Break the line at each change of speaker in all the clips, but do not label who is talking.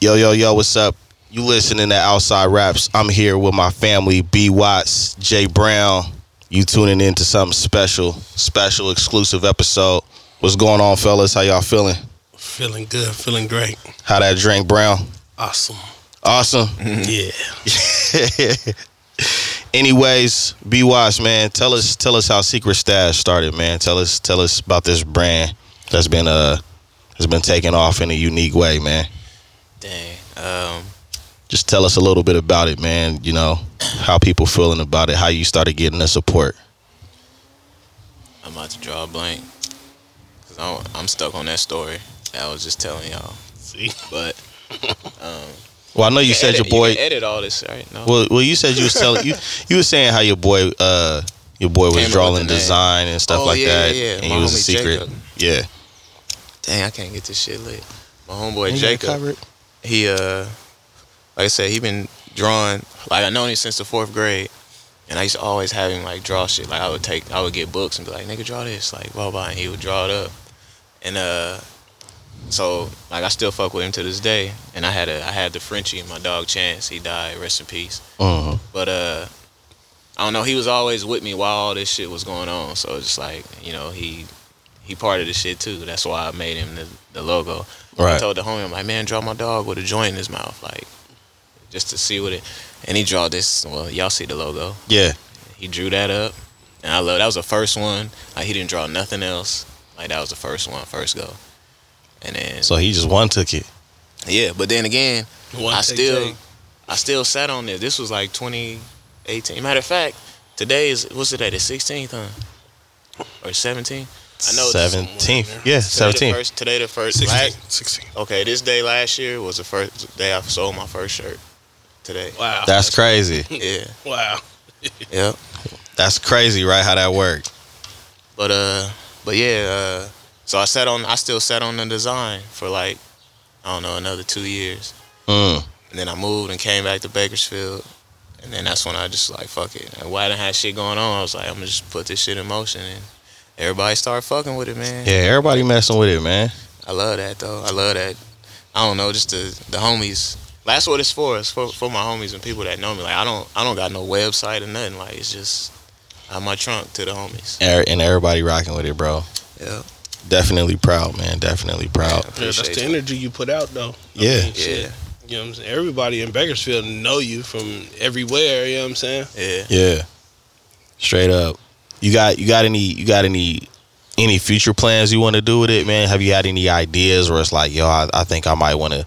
Yo, yo, yo, what's up? You listening to Outside Raps. I'm here with my family, B Watts, Jay Brown. You tuning in to something special, special exclusive episode. What's going on, fellas? How y'all feeling?
Feeling good, feeling great.
How that drink, Brown?
Awesome.
Awesome.
Yeah.
Anyways, B Watts, man, tell us tell us how Secret Stash started, man. Tell us tell us about this brand that's been uh has been taking off in a unique way, man.
Dang. Um,
just tell us a little bit about it, man. You know, how people feeling about it, how you started getting the support.
I'm about to draw a blank. Cause I'm, I'm stuck on that story that I was just telling y'all.
See?
But
Well, I know you said
edit,
your boy.
you can edit all this, right? No.
well, well, you said you was telling you you was saying how your boy uh your boy
Came
was
up with the
drawing
name.
design and stuff
Oh,
like
yeah,
that,
yeah, yeah.
and
My
he was a
homie
secret.
Jacob.
Yeah,
Dang, I can't get this shit lit. My homeboy Jacob, he uh, like I said, he been drawing. Like I known him since the fourth grade, and I used to always have him like draw shit. Like I would take, I would get books and be like, "Nigga, draw this," like blah blah, and he would draw it up. And uh, so like I still fuck with him to this day. And I had a, I had the Frenchie, my dog Chance. He died. Rest in peace.
Uh-huh.
But uh I don't know, he was always with me while all this shit was going on. So it's just like, you know, he he part of the shit too. That's why I made him the, the logo. I
right.
told the homie, I'm like, man, draw my dog with a joint in his mouth, like just to see what it and he draw this well, y'all see the logo.
Yeah,
He drew that up. And I love that was the first one. Like he didn't draw nothing else. Like that was the first one, first go. And then
so he just one took it.
yeah, but then again,
One
I
take,
still,
take.
I still sat on this. This was like 2018. Matter of fact, today is what's today? The 16th, huh? Or 17th? I know this-
seventeenth.
somewhere in
Yeah,
today the
seventeenth.
first- Today the first.
16.
Black.
16.
Okay, this day last year was the first day I sold my first shirt. Today.
Wow.
That's crazy.
Yeah.
wow.
Yep.
That's crazy, right? How that worked.
But uh, but yeah, uh, so I sat on. I still sat on the design for like, I don't know, another two years.
Mm.
And then I moved and came back to Bakersfield. And then that's when I just like, fuck it. And while I didn't have shit going on, I was like, I'm gonna just put this shit in motion. And everybody started fucking with it, man.
Yeah, everybody messing with it, man.
I love that, though. I love that. I don't know, just the, the homies. That's what it's for. It's for, for my homies and people that know me. Like I don't I don't got no website or nothing. Like it's just out my trunk to the homies.
Er- And everybody rocking with it, bro.
Yeah.
Definitely proud, man. Definitely proud.
I
Yeah, that's
appreciate
the
you.
energy you put out, though.
Yeah.
shit.
Yeah.
You know what I'm saying? Everybody in Bakersfield know you from everywhere, you know what I'm saying?
Yeah.
Yeah. Straight up. You got you got any you got any any future plans you want to do with it, man? Have you had any ideas where it's like, yo, I, I think I might want to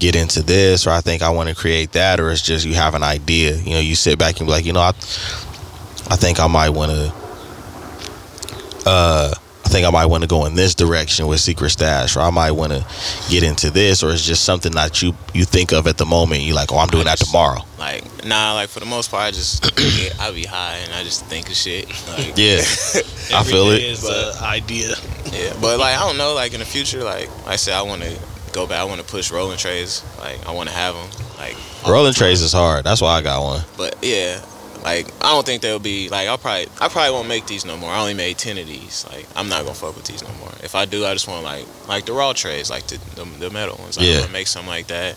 get into this, or I think I want to create that, or it's just you have an idea. You know, you sit back and be like, you know, I, I think I might want to, uh, I think I might want to go in this direction with Secret Stash, or I might want to get into this, or it's just something that you you think of at the moment. You like, oh, I'm doing that tomorrow.
Like nah, like for the most part I just I be high and I just think of shit. Like
Yeah, I feel
Every
it.
day is
but-
an idea.
Yeah, but like I don't know, like in the future, like, like I said, I want to go back. I want to push rolling trays. Like I want to have them. Like,
Rolling trays is hard. That's why I got one.
but yeah, like I don't think they'll be like I'll probably I probably won't make these no more. I only made ten of these. Like I'm not gonna fuck with these no more. If I do, I just want like like the raw trays, like the the, the metal ones. Like,
Yeah.
I want to make something like that.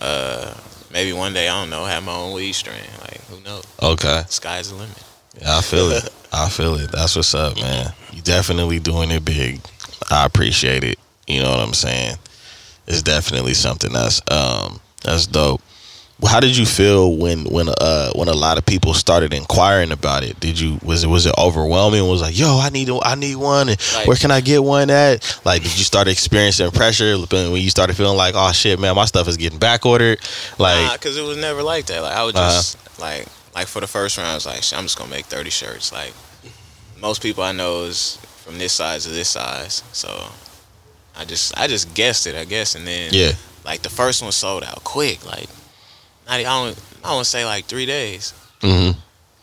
Uh, maybe one day I don't know, have my own weed strain. Like who knows?
Okay.
Sky's the limit.
Yeah, I feel it. I feel it. That's what's up, man. You definitely doing it big. I appreciate it. You know what I'm saying? It's definitely something that's um that's dope. How did you feel when when uh when a lot of people started inquiring about it? Did you was it was it overwhelming? Was like, yo, I need a- I need one. And
Like-
where can I get one at? Like, did you start experiencing pressure when you started feeling like, oh shit, man, my stuff is getting back ordered? Like, Uh-huh.
Nah, cause it was never like that. Like I would just like like for the first round, I was like, "Shit, I'm just gonna make 30 shirts. Like most people I know is from this size to this size, so I just I just guessed it, I guess. And then
yeah,
like the first one sold out quick. Like not e- I don't I don't wanna say like three days.
hmm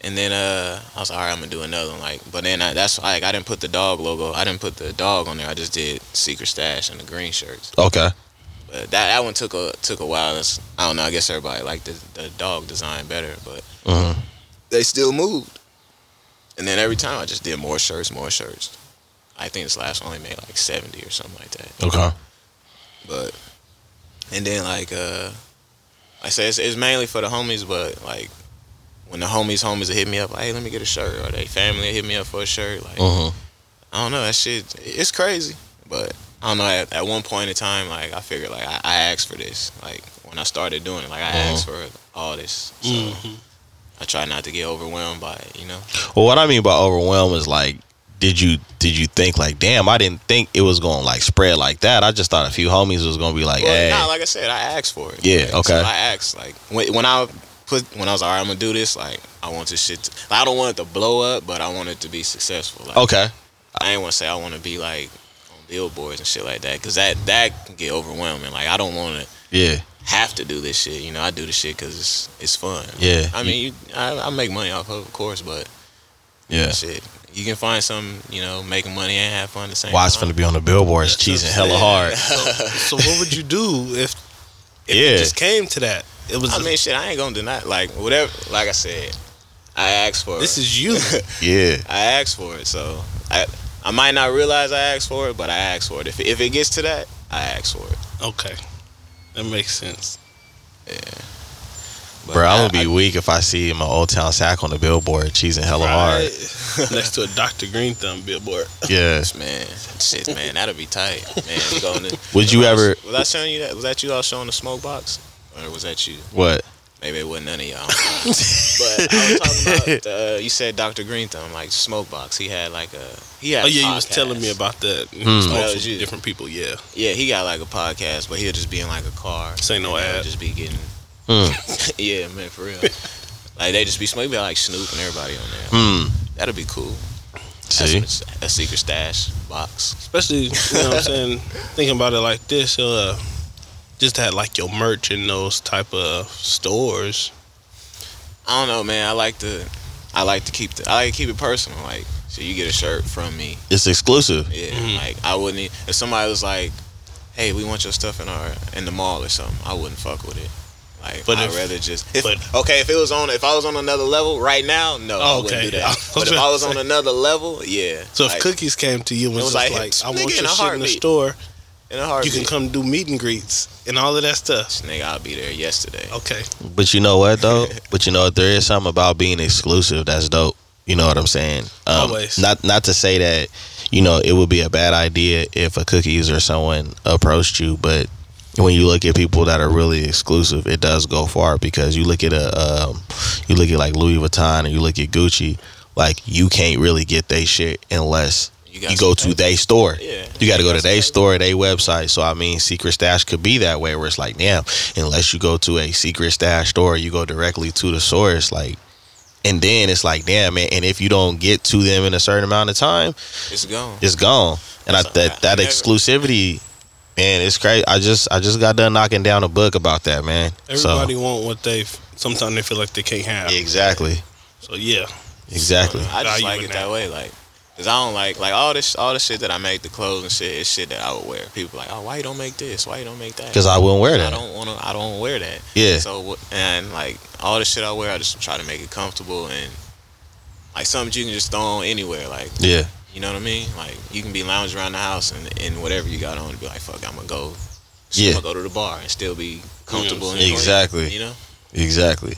And then uh, I was like, all right, I'm gonna do another one. Like, but then I, that's like I didn't put the dog logo. I didn't put the dog on there. I just did Secret Stash and the green shirts.
okay.
But Uh, that that one took a took a while. It's, I don't know. I guess everybody liked the, the dog design better, but
Mhm.
they still moved. And then every time I just did more shirts, more shirts. I think this last one only made like seventy or something like that.
Okay.
But And then like uh I say it's, it's mainly for the homies, but like when the homies homies will hit me up, like, hey, let me get a shirt, or they family will hit me up for a shirt. Like
Uh-huh.
I don't know, that shit it's crazy. But I don't know, at, at one point in time, like I figured like I, I asked for this. Like when I started doing it, like I asked
Uh-huh.
for all this. So
Mm.
I try not to get overwhelmed by it, you know?
Well, what I mean by overwhelmed is like, did you did you think like, damn, I didn't think it was gonna like spread like that. I just thought a few homies was gonna be like,
Well,
hey,
nah, like I said, I asked for it.
Yeah,
Like, so
okay.
I asked like when, when I put when I was like, all right, I'm gonna do this. Like I want this shit. To, like, I don't want it to blow up, but I want it to be successful. Like,
okay,
I ain't want to say I want to be like on billboards and shit like that, cause that that can get overwhelming. Like I don't want to
yeah,
have to do this shit. You know, I do this shit cause it's it's fun.
Yeah.
I mean, you, I, I make money off of, it, of course, but
yeah.
shit, you can find some. You know, making money and have fun at the same.
Why it's
time.
finna be on the billboards cheesing hella hard?
So what would you do if
Yeah,
it just came to that? It was.
I mean, shit, I ain't gonna deny. Like whatever, like I said, I asked for
this
it.
is you.
yeah,
I asked for it, so I I might not realize I asked for it, but I asked for it. If if it gets to that, I asked for it.
okay, that makes sense.
But
bro.
I,
I'm gonna be weak if I see my old town sack on the billboard cheesing hella hard.
Right. Next to a Dr. Green Thumb billboard. Oh,
Yeah.
I- man, shit, man, that'll be tight, man. we Going to,
Would you
was I-
ever-
Was I showing you that? Was that you all showing the smoke box, or was that you?
What?
Maybe it wasn't none of y'all. I don't know. but I was talking about uh, you said Dr. Green Thumb, like smoke box. He had like a he had.
Oh
a
yeah, you was
podcast.
telling me about that. Mm.
That
Oh,
was you.
different people. Yeah,
Yeah, he got like a podcast, but he'll just be in like a car.
This ain't no
And he'll
ad.
Just be getting.
Hmm.
Mm.
yeah, man, for real. like they just be smoking like Snoop and everybody on there.
Hmm.
That'll be cool. That's
See,
what's- a secret stash box.
especially you know what I'm saying. Thinking about it like this, uh, just had like your merch in those type of stores.
I don't know, man. I like to, I like to keep the, I like to keep it personal. Like, so you get a shirt from me.
it's exclusive.
Yeah,
Mhm.
like I wouldn't. e- If somebody was like, "Hey, we want your stuff in our in the mall or something," I wouldn't fuck with it. Like,
But
I'd
if-
rather just. If,
but-
okay, if it was on, if I was on another level right now, no, I
Oh,
wouldn't
okay.
do
I
that.
was
But if
about
I was
to
on
say.
another level, yeah.
So if
like,
cookies came to you and was,
was
just
like,
like, I
nigga,
want your
in a
shit in the
heartbeat.
store,
in a heartbeat,
you can come do meet and greets and all of that stuff.
Nigga, I'll be there yesterday.
Okay,
But you know what though? but you know what? There is something about being exclusive that's dope. You know what I'm saying? Um,
Always.
Not not to say that you know it would be a bad idea if a cookies or someone approached you, but when you look at people that are really exclusive, it does go far because you look at a um, you look at like Louis Vuitton and you look at Gucci. Like you can't really get they shit unless
You
you,
got
go
some
to they store.
Yeah.
You got to go to their store, their website. So I mean, Secret Stash could be that way, where it's like, damn, unless you go to a Secret Stash store, you go directly to the source, like. And then it's like, damn, man. And if you don't get to them in a certain amount of time,
It's gone.
it's gone. And I,
So,
that
I- I
that
never-
exclusivity, man, it's crazy. I just I just got done knocking down a book about that, man.
everybody want what they. Sometimes they feel like they can't have.
so, exactly,
So yeah,
exactly.
I just
Value
like
in
it
that.
that way, like, cause I don't like like all this all the shit that I make, the clothes and shit, it's shit that I would wear. People like, oh, why you don't make this? Why you don't make that?
Because I wouldn't wear
I
that.
don't want to. I don't wear that.
Yeah.
So wh- and like all the shit I wear, I just try to make it comfortable and like something you can just throw on anywhere. Like
Yeah,
you know what I mean? Like you can be lounging around the house and, and whatever you got on, be like, fuck, I'm gonna go.
Yeah.
I'm gonna go to the bar and still be comfortable. and
Exactly.
You know.
exactly.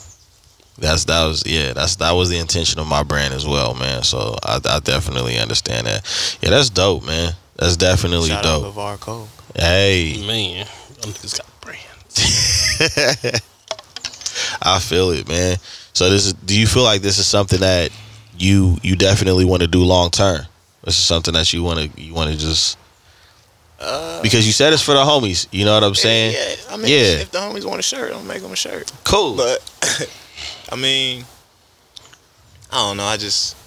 That's that was yeah. That's that was the intention of my brand as well, man. So I, I definitely understand that. Yeah, that's dope, man. That's definitely
Shout out
dope.
LeVar Cole.
Hey,
man, y'all niggas got brand.
I feel it, man. So this is. Do you feel like this is something that you you definitely want to do long term? This is something that you want to you want to just
Uh,
because you said it's for the homies. You know what I'm saying?
Yeah. I mean,
Yeah.
if the homies want a shirt, I'll make them a shirt.
Cool.
But I mean, I don't know. I just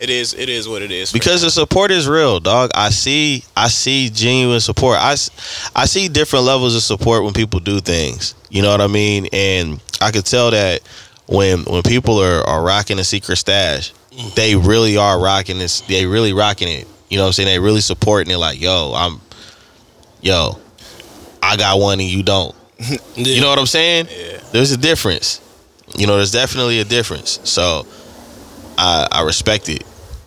it is it is what it is. for
because
now.
the support is real, dog. I see, I see genuine support. I, s- I see different levels of support when people do things. You know what I mean? And I could tell that when when people are are rocking a secret stash,
Mm.
they really are rocking this. They really rocking it. You know what I'm saying? They really supporting it. Like, yo, I'm, yo, I got one and you don't. You know what I'm saying?
Yeah.
There's a difference. You know, there's definitely a difference. So I I respect it.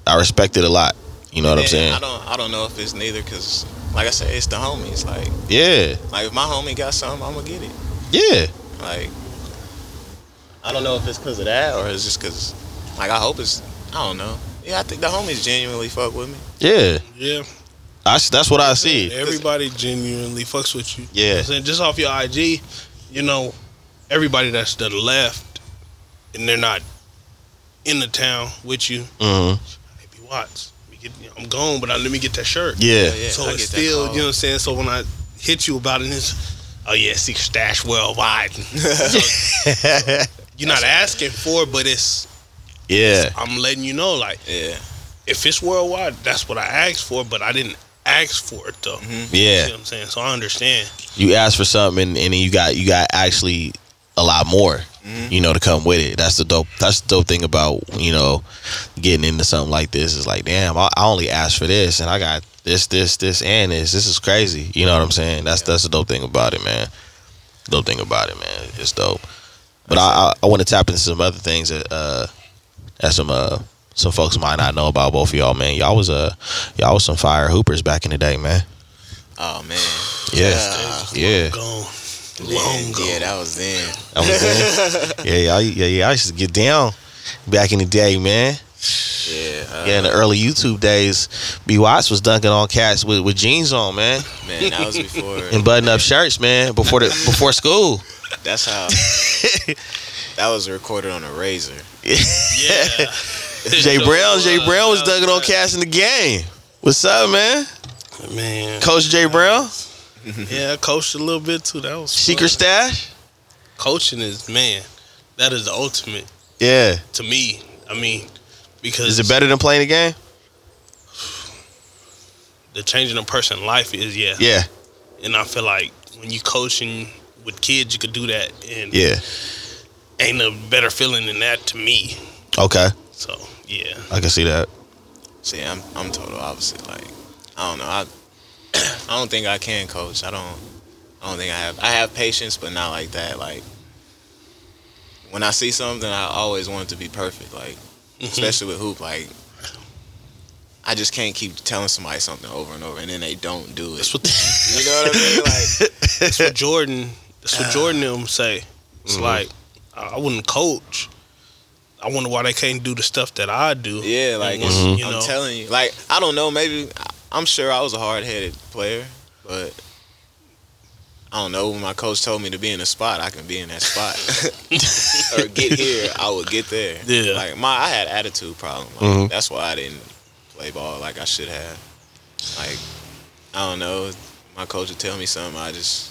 I respect it a lot. You know what I'm
Yeah,
saying?
I don't. I don't know if it's neither because like I said, it's the homies. Like,
Yeah,
like if my homie got something, I'm gonna get it.
yeah.
Like, I don't know if it's because of that or it's just because, like, I hope it's. I don't know. Yeah, I think the homies genuinely fuck with me.
Yeah,
Yeah,
I, s- that's what I see.
everybody genuinely fucks with you. You know
Yeah.
what I'm saying? just off your IG, you know, everybody that's to the left, and they're not in the town with you.
Mm-hmm.
Maybe Watts. Let me get- you know, I'm gone, but I, let me get that shirt.
Yeah,
Yeah,
so
I
it's
get that
still, you
call.
know what I'm saying. So when I hit you about it, it's oh yeah, secret stash worldwide. so you're not asking for, it, but it's
yeah,
I'm letting you know, like
Yeah,
if it's worldwide, that's what I asked for, but I didn't ask for it
Mm-hmm.
though. You
yeah.
see what I'm saying? So I understand.
You ask for something, and, and then you got you got actually a lot more. You know to come with it. That's the dope. That's the dope thing about you know getting into something like this. Is like, damn, I, I only asked for this, and I got this, this, this, and this. This is crazy. You know what I'm saying? That's that's the dope thing about it, man. Dope thing about it, man. It's dope. But I I, I want to tap into some other things that uh that some uh some folks might not know about both of y'all, man. Y'all was uh y'all was some fire hoopers back in the day, man.
Oh man.
Yeah. Yeah.
Gone.
yeah,
Long gone.
yeah, that was then.
I was in. yeah, y'all, yeah, yeah. I used to get down back in the day, man.
Yeah, uh,
Yeah, in the early YouTube days, B Watts was dunking on cats with, with jeans on, man,
man, that was before.
and button up shirts, man, before the before school.
That's how. that was recorded on a razor.
Yeah.
Jay Brown, Jay Brown was dunking on cats in the game. What's up, man?
Man.
Coach Jay Brown,
Yeah, I coached a little bit too. That was
secret
fun.
stash.
coaching is man, that is the ultimate
Yeah,
to me. I mean, because
is it better than playing the game?
the changing a person's life is yeah.
Yeah,
And I feel like when you coaching with kids you could do that and
yeah.
ain't a better feeling than that to me.
Okay,
So yeah.
I can see that.
See, I'm I'm total opposite. Like, I don't know. I I don't think I can coach. I don't. I don't think I have. I have patience, but not like that. Like, when I see something, I always want it to be perfect. Like,
Mm-hmm.
especially with hoop. Like, I just can't keep telling somebody something over and over, and then they don't do it.
That's what
You know what I mean? Like,
that's what Jordan that's what Jordan them say. It's
Mm-hmm.
like I I wouldn't coach. I wonder why they can't do the stuff that I do.
yeah, like
And
mm-hmm.
once, you
I'm
know,
telling you. Like, I don't know. Maybe I- I'm sure I was a hard headed player, but. I don't know. When my coach told me to be in a spot, I can be in that spot. or get here, I would get there.
Yeah. Mm-hmm.
Like my, I had attitude problem. Like,
Mhm.
That's why I didn't play ball like I should have. Like I don't know. My coach would tell me something, I just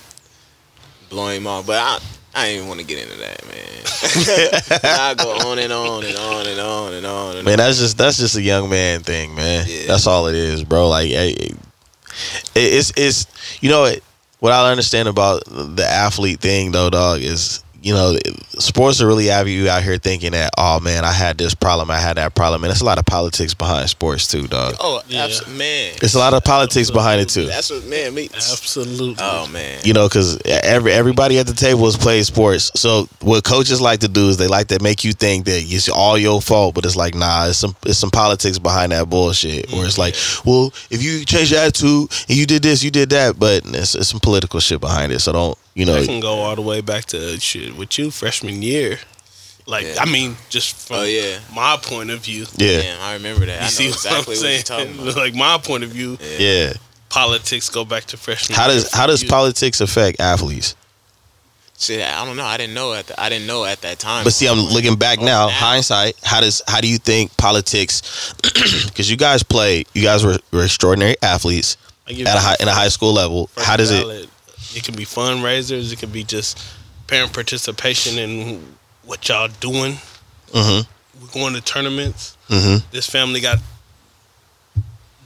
blow him off. But I, I didn't even want to get into that, man. I go on and on and on and on and on and
Man, that's just that's just a young man thing, man.
Yeah.
That's all it is, bro. Like eh, eh, it's it's you know what what I understand about the athlete thing though, dog, is you know sports are really have you out here thinking that oh man, I had this problem, I had that problem, and it's a lot of politics behind sports too, dog.
Oh,
Yeah.
abs- man.
It's a lot of politics behind it too.
That's what man me.
Absolutely.
Oh man.
You know, because every everybody at the table is playing sports. So what coaches like to do is they like to make you think that it's all your fault, but it's like nah, it's some it's some politics behind that bullshit. Where it's like, well, if you change your attitude and you did this, you did that, but it's, it's some political shit behind it. So don't you know?
I can go all the way back to shit with you freshman year. Like
Yeah.
I mean, just from
Oh, yeah.
my point of view.
Yeah,
Damn, I remember that.
You
I
see
know exactly
what I'm
what,
saying?
you're talking about.
like my point of view,
yeah.
politics go back to freshman.
How
year
does
for
how does
you.
politics affect athletes?
Shit, I don't know. I didn't know at the, I didn't know at that time.
But see, I'm looking back
Oh,
now,
now.
hindsight. How does how do you think politics? Because you guys played, you guys were, were extraordinary athletes
I give
at a
you
high, in a high school level.
first
How does it?
ballot. It can be fundraisers. It can be just parent participation in what y'all doing.
Mm-hmm.
We're going to tournaments.
Mm-hmm.
This family got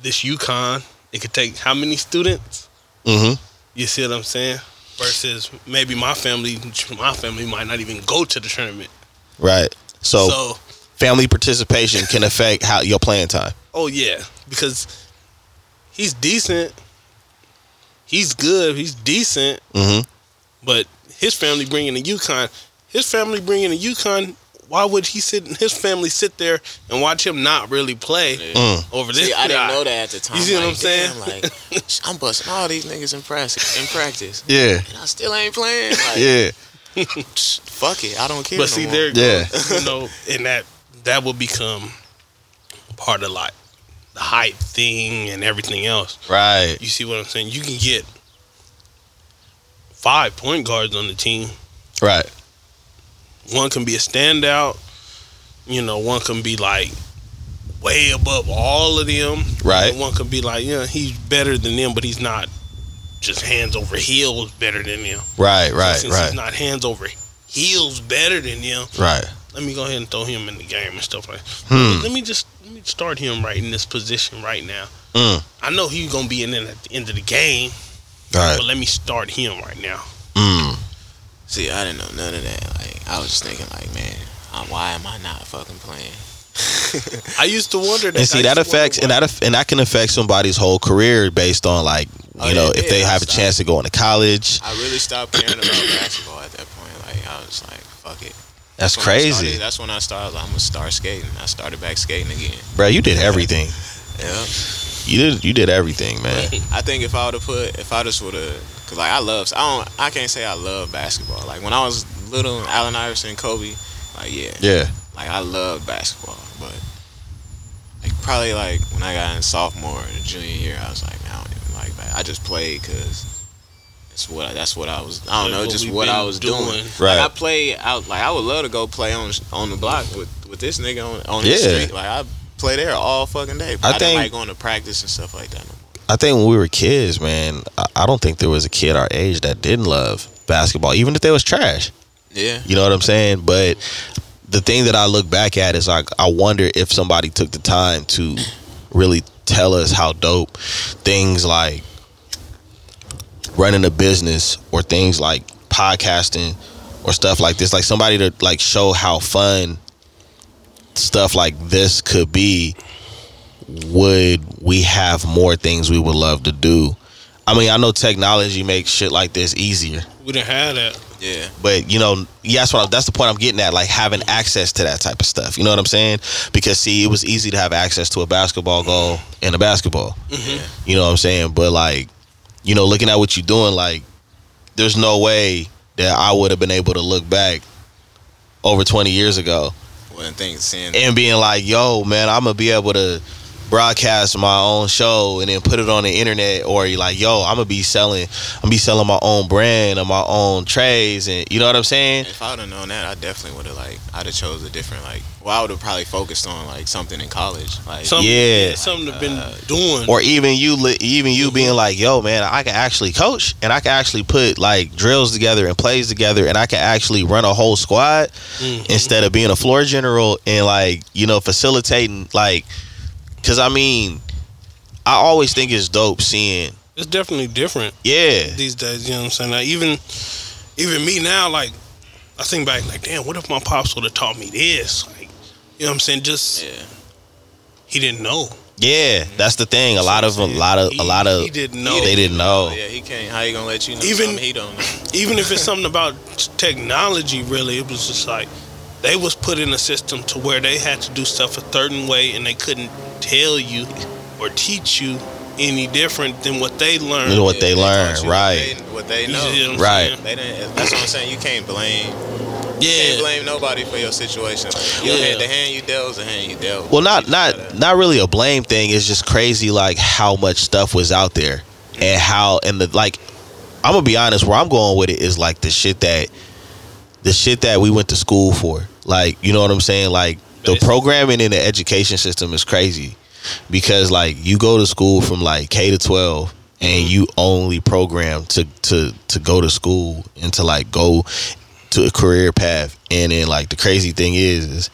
this UConn. It could take how many students?
Mm-hmm.
You see what I'm saying? Versus maybe my family, my family might not even go to the tournament.
Right. So,
So,
family participation can affect how your playing time.
oh yeah, because he's decent, he's good, he's decent,
Mm-hmm.
but his family bringing the UConn, his family bringing the UConn why would he sit his family sit there and watch him not really play
Mm.
over this?
See, I didn't
guy?
know that at the time.
You see what
Like,
I'm saying?
damn, like, I'm busting all these niggas in practice, in practice,
Yeah.
and I still ain't playing. Like,
Yeah.
psh, fuck it, I don't care.
But
no
see,
more.
there it
Yeah.
goes, you know, and that that will become part of like the hype thing and everything else.
Right.
You see what I'm saying? You can get five point guards on the team.
Right.
One can be a standout. You know, one can be like way above all of them.
Right.
And one can be like, yeah, he's better than them, but he's not just hands over heels better than them.
Right. Right.
Since
Right.
he's not hands over heels better than them,
Right.
let me go ahead and throw him in the game and stuff like.
Hmm.
Let me just let me start him right in this position right now.
Mm.
I know he's gonna be in it at the end of the game,
Right.
but let me start him right now.
Mm.
See, I didn't know none of that. Like, I was just thinking, like, man, I, why am I not fucking playing?
I used to wonder that.
And see
I
that
used to
affects and
wonder
that aff- and that can affect somebody's whole career based on like you
Oh, yeah,
know
it
if they
did.
have a
Stop.
chance to go into college.
I really stopped caring about basketball at that point. Like, I was like, fuck it.
That's
when I started-
crazy,
that's when I started. Like, I'm gonna start skating. I started back skating again.
bro. You did everything.
Yeah.
You did you did everything, man.
I think if I would have put, if I just would have, cause like I love, I don't, I can't say I love basketball. Like when I was little, Allen Iverson, Kobe, like yeah,
Yeah.
like I love basketball, but like probably like when I got in sophomore and junior year, I was like, man, I don't even like that. I just played because it's what I, that's what I was. I don't
Yeah,
know,
what
just
we
what
been
I was doing.
doing.
Right.
Like I play out. Like I would love to go play on on the block with with this nigga on on the
Yeah.
street. Like I play there all fucking day. But
I
I, didn't
think-
like going to practice and stuff like that. No more.
I think when we were kids, man, I, I don't think there was a kid our age that didn't love basketball, even if they was trash.
Yeah.
You know what I'm saying? But the thing that I look back at is like I wonder if somebody took the time to really tell us how dope things like running a business or things like podcasting or stuff like this like somebody to like show how fun stuff like this could be would we have more things we would love to do i mean i know technology makes shit like this easier
why We didn't have that.
Yeah.
but you know, yeah, that's what I, that's the point I'm getting at. Like having access to that type of stuff. You know what I'm saying? Because see, it was easy to have access to a basketball goal and a basketball. You know what I'm saying? But like, you know, looking at what you're doing, like, there's no way that I would have been able to look back over 20 years ago
Wasn't thinking seeing.
and being like, yo, man, I'm gonna be able to broadcast my own show and then put it on the internet or you're like, yo, I'm gonna be selling I'm gonna be selling my own brand or my own trays and you know what I'm saying?
If I would have known that, I definitely would have like I'd have chose a different like. Well, I would have probably focused on like something in college. Like
Something,
Yeah. Uh,
something to been doing.
Or even you li- even you
Mm-hmm.
being like, yo, man, I can actually coach and I can actually put like drills together and plays together and I can actually run a whole squad
Mhm.
instead of being a floor general and like you know facilitating like because I mean I always think it's dope seeing
It's definitely different
yeah
these days. You know what I'm saying? Like even even me now, like I think back, like damn, what if my pops would have taught me this? Like you know what I'm saying? Just
yeah,
he didn't know.
yeah that's the thing a lot of a lot of a lot
He-
of
he didn't know.
they didn't know
yeah, he can't. How you gonna let you know?
Even-
Even he don't know.
Even if it's something about technology, really, it was just like they was put in a system to where they had to do stuff a certain way, and they couldn't tell you or teach you any different than what they learned.
Than what they
taught
learned,
you
right.
What they, what they
You
know.
see what I'm
Right.
saying?
They didn't. That's what I'm saying. You can't blame. You can't blame nobody for your situation. Like, your
Yeah.
hand, the hand you dealt was the hand you dealt.
well
You
not
just
not
gotta-
not really a blame thing it's just crazy like how much stuff was out there and how and the like i'm gonna be honest where i'm going with it is like the shit that the shit that we went to school for like you know what i'm saying like the
Basically.
programming in the education system is crazy because like you go to school from like k to 12 and you only program to to to go to school and to like go to a career path and then like the crazy thing is is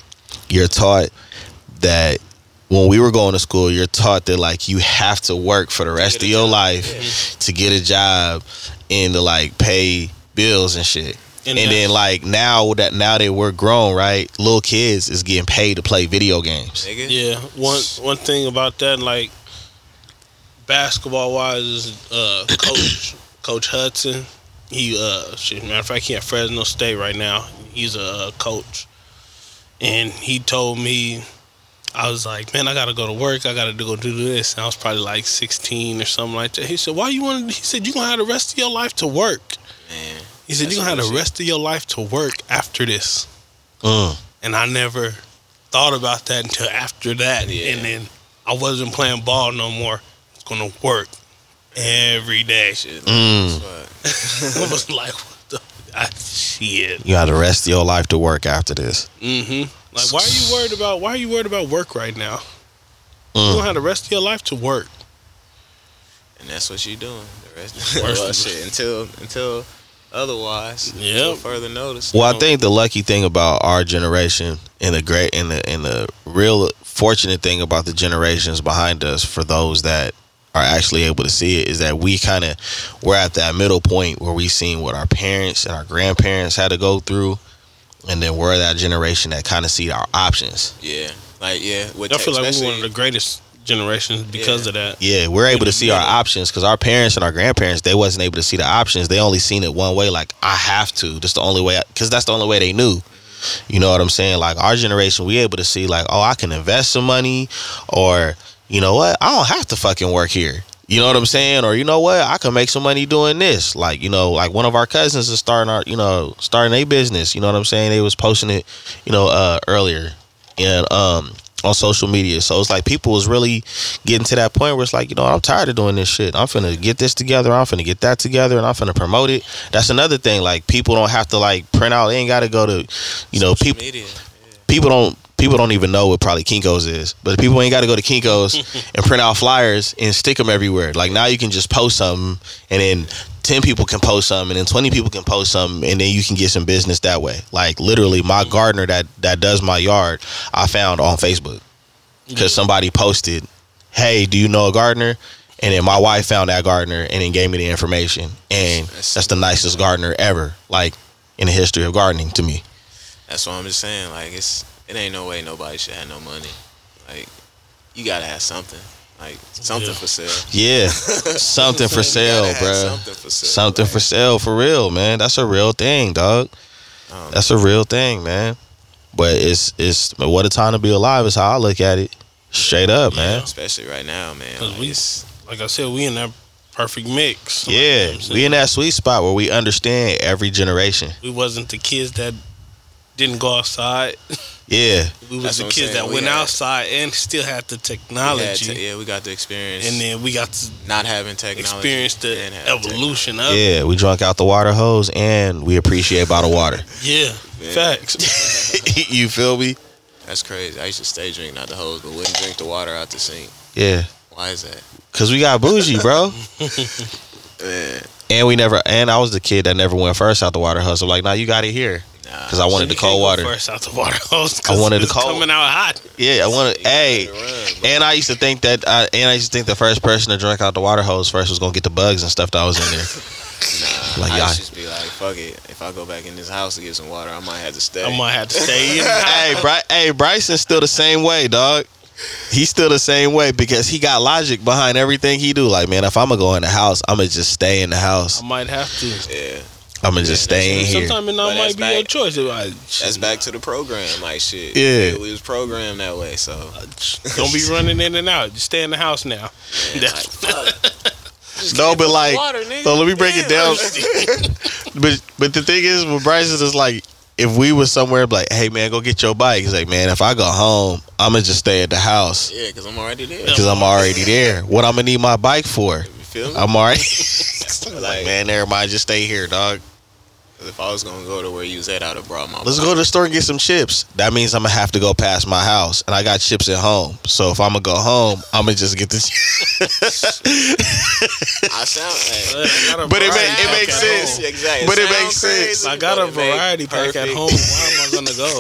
you're taught that when we were going to school, you're taught that like you have to work for the rest of
get a
your
job,
life to get a job and to like pay bills and shit. And,
And that-
then like now that now that we're grown, right? Little kids is getting paid to play video games.
Nigga.
Yeah, one one thing about that, like basketball wise, is uh, coach Coach Hudson. He uh, shit, matter of fact, he at Fresno State right now. He's a uh, coach, and he told me, I was like, man, I gotta go to work. I gotta do- go do this. And I was probably like 16 or something like that. He said, why you want? He said, you gonna have the rest of your life to work.
Man,
He said,
That's
you gonna have the
bullshit.
rest of your life to work after this.
Mm.
And I never thought about that until after that.
Yeah.
And then I wasn't playing ball no more. I was gonna work every day.
shit.
Mm.
But
I was like, what the I, shit.
You got the rest of your life to work after this.
Mm-hmm. Like, why are you worried about why are you worried about work right now? You gonna have the rest of your life to work.
and that's what you doing. The rest
Worst
well,
of-
shit until until otherwise.
Yep.
Until further notice.
Well, I think the lucky thing about our generation and the great and the and the real fortunate thing about the generations behind us for those that are actually able to see it is that we kind of we're at that middle point where we seen what our parents and our grandparents had to go through and then we're that generation that kind of see our options.
Yeah. Like yeah. With
I feel like we're
especially-
one of the greatest generations because
Yeah.
of that.
Yeah, we're able to see our options cuz our parents and our grandparents they wasn't able to see the options. They only seen it one way like I have to. That's the only way cuz that's the only way they knew. You know what I'm saying? Like our generation, we able to see like, oh, I can invest some money, or you know what, I don't have to fucking work here. You know what I'm saying? Or you know what, I can make some money doing this. Like you know, like one of our cousins is starting our, you know, starting a business. You know what I'm saying? They was posting it, you know, uh, earlier and um on social media. So it's like people was really getting to that point where it's like, you know, I'm tired of doing this shit. I'm finna get this together. I'm finna get that together, and I'm finna promote it. That's another thing. Like people don't have to like print out. They ain't got to go to, you know,
social
people
media.
people don't people don't even know what probably Kinkos is, but people ain't got to go to Kinkos and print out flyers and stick them everywhere. Like now you can just post something, and then ten people can post something, and then twenty people can post something, and then you can get some business that way. Like literally, my gardener that that does my yard, I found on Facebook because somebody posted, "Hey, do you know a gardener?" And then my wife found that gardener and then gave me the information, and that's the nicest gardener ever, like in the history of gardening to me.
That's what I'm just saying. Like it's it ain't no way nobody should have no money. Like you gotta have something. Like something
Yeah.
for sale.
Yeah, something for
You gotta
sale,
have
bro.
Something for sale.
Something for sale for real, man. That's a real thing, dog.
Um,
That's a real thing, man. But it's it's but what a time to be alive is how I look at it. Straight up, man.
Especially right now, man.
'Cause
Like,
we-
it's-
Like I said, we in that perfect mix. You know
Yeah,
what I'm
we
saying?
in that sweet spot where we understand every generation.
we wasn't the kids that didn't go outside.
Yeah,
We was
That's
the
what I'm
kids
saying.
that
We
went
had-
outside and still had the
we had
technology.
to- yeah, we got the experience.
and then we got to
not having technology.
experience the
and having
evolution of it.
yeah. We drunk out the water hose and we appreciate bottled water.
Yeah.
Yeah.
Facts.
you feel me?
technology. That's crazy. I used to stay drinking out the hose, but wouldn't drink the water out the sink.
Yeah,
Why is that?
cause we got bougie, bro.
Man,
And we never. And I was the kid that never went first out the water hose. I'm like, nah, you got it here.
nah.
Cause I wanted
You
the cold
can't go
water.
First out the water hose.
I wanted the
it's
cold.
coming out hot.
Yeah, I want to. Hey,
You gotta run, bro.
and I used to think that. I, and I used to think the first person to drink out the water hose first was gonna get the bugs and stuff that was in there.
Nah,
Like,
I
y'all-
used to just be like, fuck it. If I go back in this house to get some water, I might have to stay.
I might have to stay in.
hey, Bry- hey, Bryson's still the same way, dog. He's still the same way because he got logic behind everything he do. Like, man, if I'm gonna go in the house, I'm gonna just stay in the house.
I might have to.
yeah,
I'm gonna just
Yeah,
stay in here.
Sometimes it
But
not
that's
might be your
back-
choice. I-
that's back to the program, like shit.
Yeah.
we was programmed that way. So
Don't be running in and out. Just stay in the house now.
like,
That's
fuck.
No, but like,
water, nigga.
so let me break it down. but but the thing is, with Bryson is like, if we was somewhere, like, hey man, go get your bike. He's like, man, if I go home, I'm gonna just stay at the house.
yeah, because I'm already there.
because I'm already there. What I'm gonna need my bike for?
You feel me?
I'm already
like,
man. Never mind. Just stay here, dog.
if I was gonna go to where you was at, I'd have brought my.
Let's go to the store and get some chips. That means I'm gonna have to go past my house, and I got chips at home. So if I'm gonna go home, I'm gonna just get the. chips.
I sound. Like,
But
But
it make- it makes sense.
Exactly.
But it
sound
makes sense.
crazy,
I got
but
a
it make
variety pack at
perfect-
home. Why am I gonna go?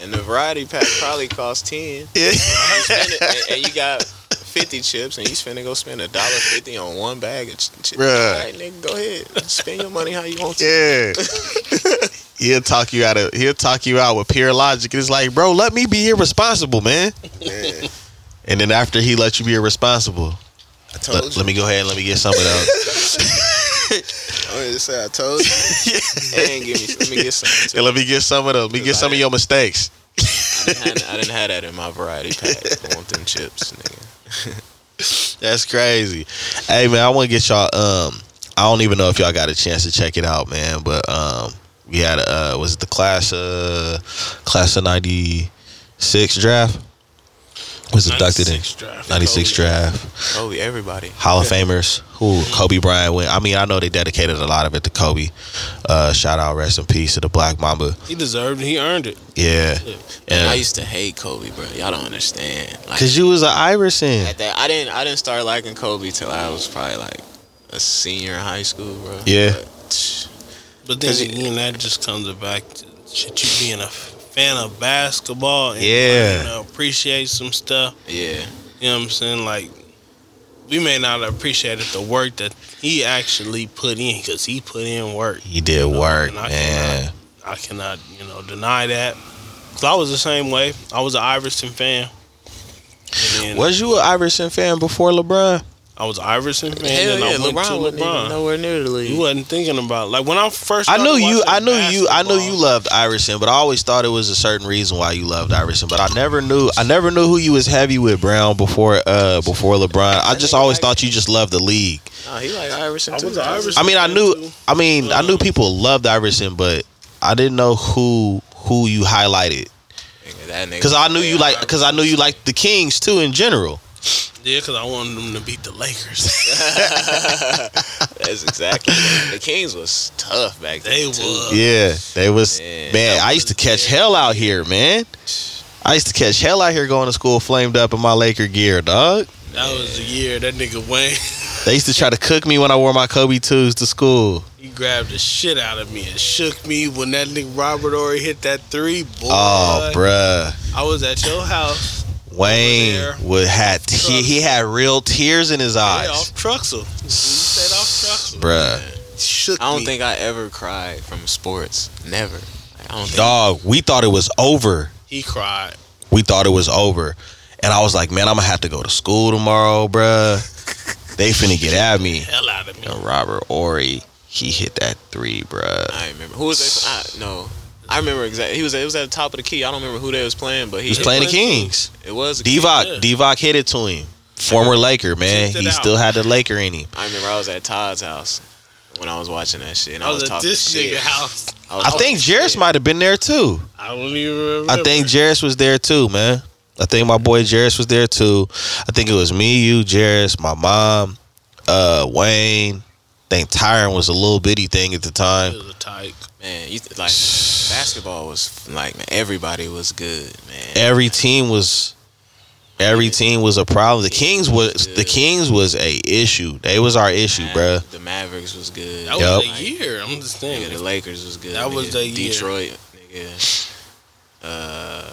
and the variety pack probably costs ten. Spend it- and, and you got fifty chips, and you finna go spend a dollar fifty on one bag of ch- chips.
Bruh.
All right, nigga, go ahead, spend your money how you want to.
yeah. He'll talk you out of. He'll talk you out with pure logic. It's like, bro, let me be irresponsible, man. And then after he lets you be irresponsible,
I told
let,
you.
let me go ahead and let me get some of those.
I'm gonna just say I told you. And give me, let me get some.
Yeah, let me get some of them. Let me get some of your mistakes.
I didn't, have, I didn't have that in my variety pack. I want them chips, nigga.
That's crazy. Hey man, I want to get y'all. Um, I don't even know if y'all got a chance to check it out, man. But um, we had a, uh, was it the class uh class of '96 draft? Was inducted in
96 draft.
'96
Kobe.
draft.
Oh, everybody.
Hall of Famers. Who Kobe Bryant went. I mean, I know they dedicated a lot of it to Kobe. Uh, shout out, rest in peace to the Black Mamba.
He deserved it. He earned it.
Yeah,
I
and
used to hate Kobe, bro. Y'all don't understand. Like,
cause you was an Iverson.
at that, I didn't. I didn't start liking Kobe till I was probably like a senior in high school, bro.
Yeah.
But, tch,
But then again, that just comes back to shit you being a fan of basketball and
Yeah.
learning to appreciate some stuff.
yeah.
You know what I'm saying? Like, we may not have appreciated the work that he actually put in because he put in work.
He did work,
and I
man.
I cannot, you know, deny that. 'Cause I was the same way. I was an Iverson fan. And then
Was you an Iverson fan before LeBron?
I was an Iverson fan,
Hell
and I
yeah,
went
LeBron
to
wasn't even
LeBron.
nowhere near the league.
you wasn't thinking about like when I first.
I knew
started
you.
watching
I knew you. I knew you
basketball,
loved Iverson, but I always thought it was a certain reason why you loved Iverson. But I never knew. I never knew who you was heavy with Brown before. Uh, before LeBron, I just always thought you just loved the league.
Nah, he like Iverson
I
too.
was an Iverson.
I mean, I
fan, too.
knew. I mean, I knew people loved Iverson, but I didn't know who who you highlighted
Nigga, that nigga.
because I knew you like because I knew you liked the Kings too in general.
Yeah, because I wanted them to beat the Lakers.
That's exactly. the Kings was tough back then.
They
too.
was.
Yeah, they was
Man,
man. I used to catch hell out here, man. I used to catch hell out here going to school flamed up in my Laker gear, dog.
That was the year that nigga Wayne
They used to try to cook me when I wore my Kobe twos to school.
he grabbed the shit out of me and shook me when that nigga Robert Ory hit that three. Boy,
Oh, bruh.
I was at your house.
Wayne
Over there.
would had te- he had real tears in his
Hey,
eyes,
off Truxel. You said off Truxel.
bruh.
Shook
I don't
me.
think I ever cried from sports. Never. Like, I don't think.
Dog, we thought it was over.
he cried.
We thought it was over, and I was like, man, I'm gonna have to go to school tomorrow, bruh. They finna get at me.
Hell out of me.
And Robert Ory, he hit that three, bruh.
I remember who was that? I, no, I remember exactly. He was at- it was at the top of the key. I don't remember who they was playing, but he,
He was playing the Kings.
It was the Kings.
Divock, Divock hit it to him. Former Laker, man.
Checked it
He
out.
still had the Laker in him.
I remember I was at Todd's house when I was watching that shit. And
I was at
talking
this
shit.
nigga house.
was
I
Oh,
talking
think Jarris
shit.
might have been there too.
I don't even remember.
I think Jarris was there too, man. I think my boy Jarris was there too. I think it was me, you, Jarris, my mom, uh, Wayne. I think Tyron was a little bitty thing at the
it
time.
was a type.
man, you, like basketball was like man, everybody was good, man.
Every team was every team was a problem. The Kings was the Kings was a issue. They was our issue, bruh.
The Mavericks was good.
That
Yup.
was the year. I'm just
Nigga, the
saying.
Lakers was good.
That was
nigga.
the year.
Detroit. Nigga. Uh,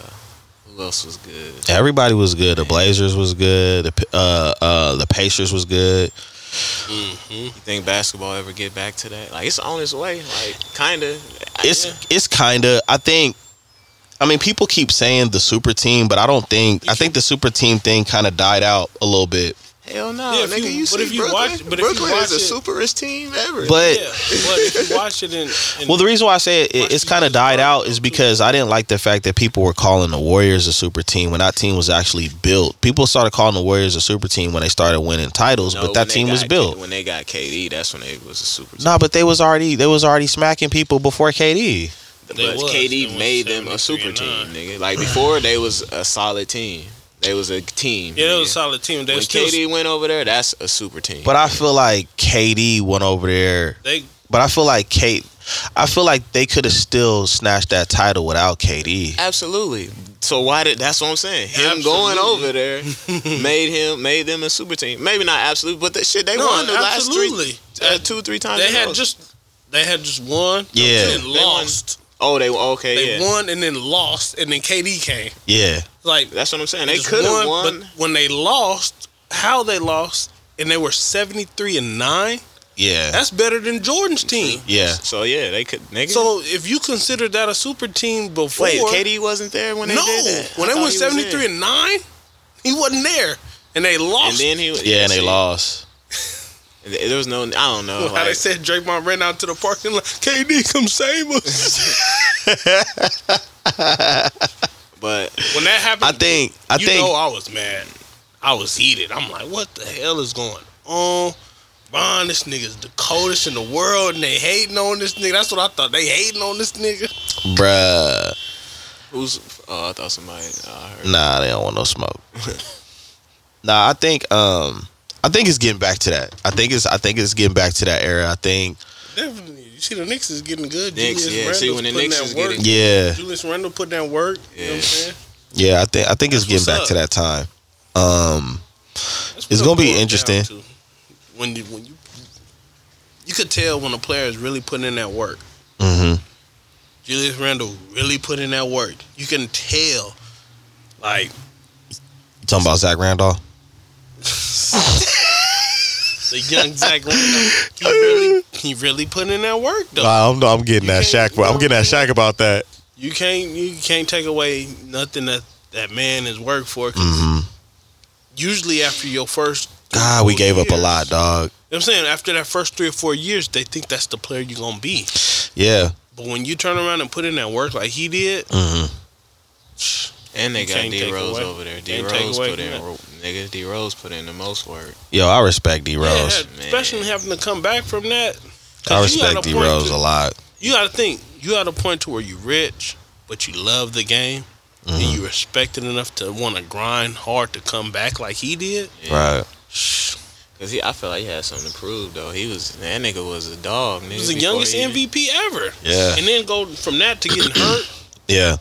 who else was good?
Everybody was good. The Blazers was good. The P- uh uh the Pacers was good.
You think basketball ever get back to that? Like it's on its way. Like kinda.
it's it's kind of i think i mean people keep saying the super team but i don't think i think the super team thing kind of died out a little bit
hell no,
Yeah, if
nigga.
you-
You,
but
see
if you
Brooklyn?
watch- but if you
Brooklyn
watch
is the
it-
superest team ever.
but
Yeah, but if you watch it in, in
well the reason why i say it, it- it's kind of died out is because i didn't like the fact that people were calling the warriors a super team when that team was actually built people started calling the warriors a super team when they started winning titles
No,
but that
when they
team was
got-
built
when they got KD, that's when they was a super team.
nah, but they was already they was already smacking people before KD.
but
They was. They
KD
went
made them
73
a super
and
team,
nine.
nigga. Like before, they was a solid team. They was a team.
yeah, it was a
nigga.
solid team. They
When
still
KD went over there, that's a super team.
But I feel like KD went over there
they
But I feel like Kate. I feel like they could have still snatched that title without KD.
Absolutely. So why did that's what I'm saying? Him
Absolutely.
going over there made him made them a super team. Maybe not absolute, but that shit they
No,
won the
absolutely.
last three, uh, two three times.
they
in a row.
had just they had just won.
Yeah.
and
They
then
won.
lost.
oh they okay
They
yeah.
won and then lost, and then KD came.
Yeah,
Like
That's what I'm saying. They
just
could have won.
but when they lost, how they lost, and they were seventy three and nine.
yeah,
That's better than Jordan's team.
yeah.
so yeah, they could. Nigga.
So if you consider that a super team before,
wait, KD wasn't there when they
no,
did that.
when
I
they went
thought he was in.
seventy three and nine, he wasn't there, and they
and
lost.
then he
Yeah, and they
see,
lost.
Th- There was no, I don't know.
How they
like-
said Draymond ran out to the parking lot. KD, come save us.
but
when that happened,
I think I
you
think
know I was mad. I was heated. I'm like, what the hell is going on? Ron, this nigga's the coldest in the world, and they hating on this nigga. That's what I thought. They hating on this nigga.
bruh
who's? Oh, I thought somebody. Uh, heard.
nah they don't want no smoke. nah, I think um I think it's getting back to that. I think it's I think it's getting back to that era. I think
Definitely. You see, the Knicks is getting good.
Knicks,
Julius
yeah.
Randle's
See, when the
putting
Knicks
that
is
work.
getting-
yeah.
Julius Randle put that work. You know what I'm
Yeah.
saying?
Yeah, I think I think it's getting
That's
back
what's
to that time. Um
That's
It's
what
gonna
it
be
boils
interesting.
down to. When you when you you could tell when a player is really putting in that work.
mhm.
Julius Randle really put in that work. You can tell, like
You talking about Zach Randolph?
the young Zach Randle. He really he really put in that work though.
Nah, I'm, I'm getting that
can't-
Shaq. but I'm getting that Shaq about that.
You can't you can't take away nothing that that man has worked for. 'cause
hmm
Usually after your first,
God, we
couple
gave up a
years-
lot, dog.
You know what I'm saying after that first three or four years, they think that's the player you're gonna be.
Yeah.
But when you turn around and put in that work like he did,
hmm
And they
You
got
can't
D
take
Rose
away-
over there. D
can't take
Rose
away
put in
from
ro- nigga. D Rose put in the most work.
Yo, I respect D
Yeah,
Rose.
especially
man.
having to come back from that. 'Cause
I
you at
respect
a
D
point
Rose
to-
a lot.
You got to think. You at a point to where you rich, but you love the game, and
Mm-hmm.
you respect it enough to want to grind hard to come back like he did.
Right.
Cause he, I feel like he had something to prove though. He was that nigga was a dog. Nigga,
He was the
before
youngest
he even-
MVP ever.
Yeah.
and then go from that to getting hurt.
Yeah.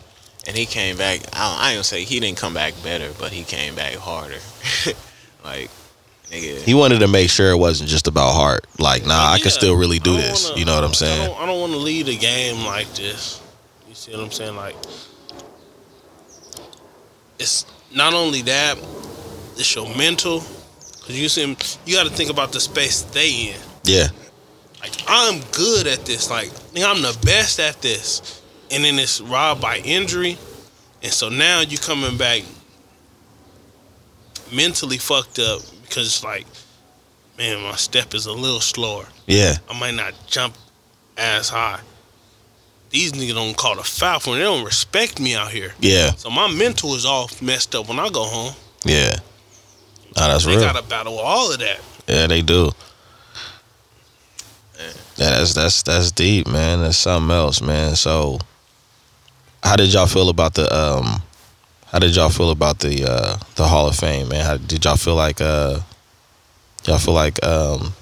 and he came back. I don't, I ain't gonna say he didn't come back better, but he came back harder. like nigga,
He wanted to make sure it wasn't just about heart. Like, nah, I
Yeah.
can still really do
I don't
this.
wanna-
you know what I'm
I
saying?
don't, I don't want to lead a game like this. You see what I'm saying? Like, it's not only that, it's your mental. Cause you see, 'em- you got to think about the space they in.
Yeah.
Like, I'm good at this. Like, nigga, I'm the best at this. And then it's robbed by injury, and so now you coming back mentally fucked up because it's like, man, my step is a little slower.
Yeah.
I might not jump as high. These niggas don't call the foul for me. They don't respect me out here.
Yeah.
So my mental is all messed up when I go home.
Yeah. Nah, that's
They
real.
gotta battle all of that.
Yeah, they do. Yeah, that's that's that's deep, man. That's something else, man. So, how did y'all feel about the um? How did y'all feel about the uh the Hall of Fame, man? How did y'all feel like uh? Y'all feel like um,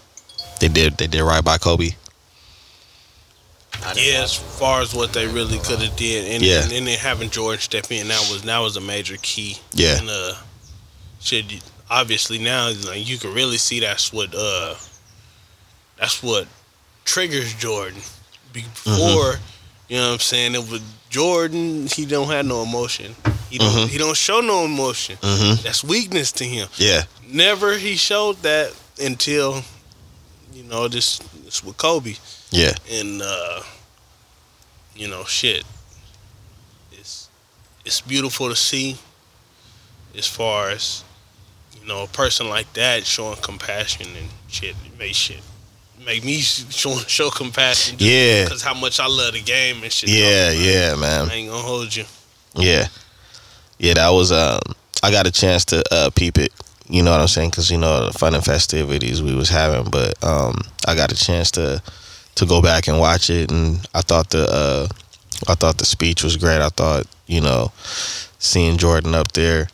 they did they did right by Kobe.
I didn't
Yeah,
watch-
as far as what they really could have did, and,
Yeah.
and then having Jordan step in, that was that was a major key.
Yeah.
And uh, shit, you- obviously now like, you can really see that's what uh, that's what triggers Jordan. Before,
Mm-hmm.
you know what I'm saying? It was Jordan. He don't have no emotion. He don't.
Mhm.
He don't show no emotion.
Mm-hmm.
That's weakness to him.
Yeah.
Never he showed that until, you know, this, this with Kobe
Yeah.
and uh you know shit it's it's beautiful to see as far as you know a person like that showing compassion and shit it make shit make me sh- show, show compassion
Yeah.
because how much i love the game and shit
Yeah. Yeah, man.
i ain't gonna hold you
Yeah, yeah, that was. Um, I got a chance to uh, peep it. You know what I'm saying? Because you know the fun and festivities we was having, but um, I got a chance to to go back and watch it, and I thought the uh, I thought the speech was great. I thought you know seeing Jordan up there.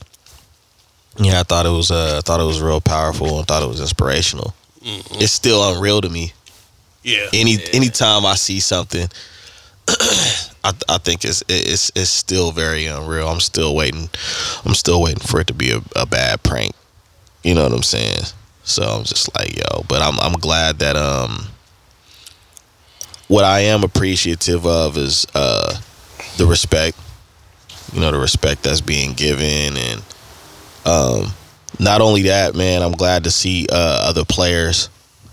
Yeah, I thought it was. Uh, I thought it was real powerful. I thought it was inspirational.
Mhm.
It's still unreal to me.
yeah
Any
Yeah.
anytime I see something, I I think it's it's it's still very unreal. I'm still waiting. I'm still waiting for it to be a, a bad prank. You know what I'm saying? So I'm just like yo, but I'm I'm glad that um. What I am appreciative of is uh, the respect. You know the respect that's being given and um, not only that, man, I'm glad to see uh, other players,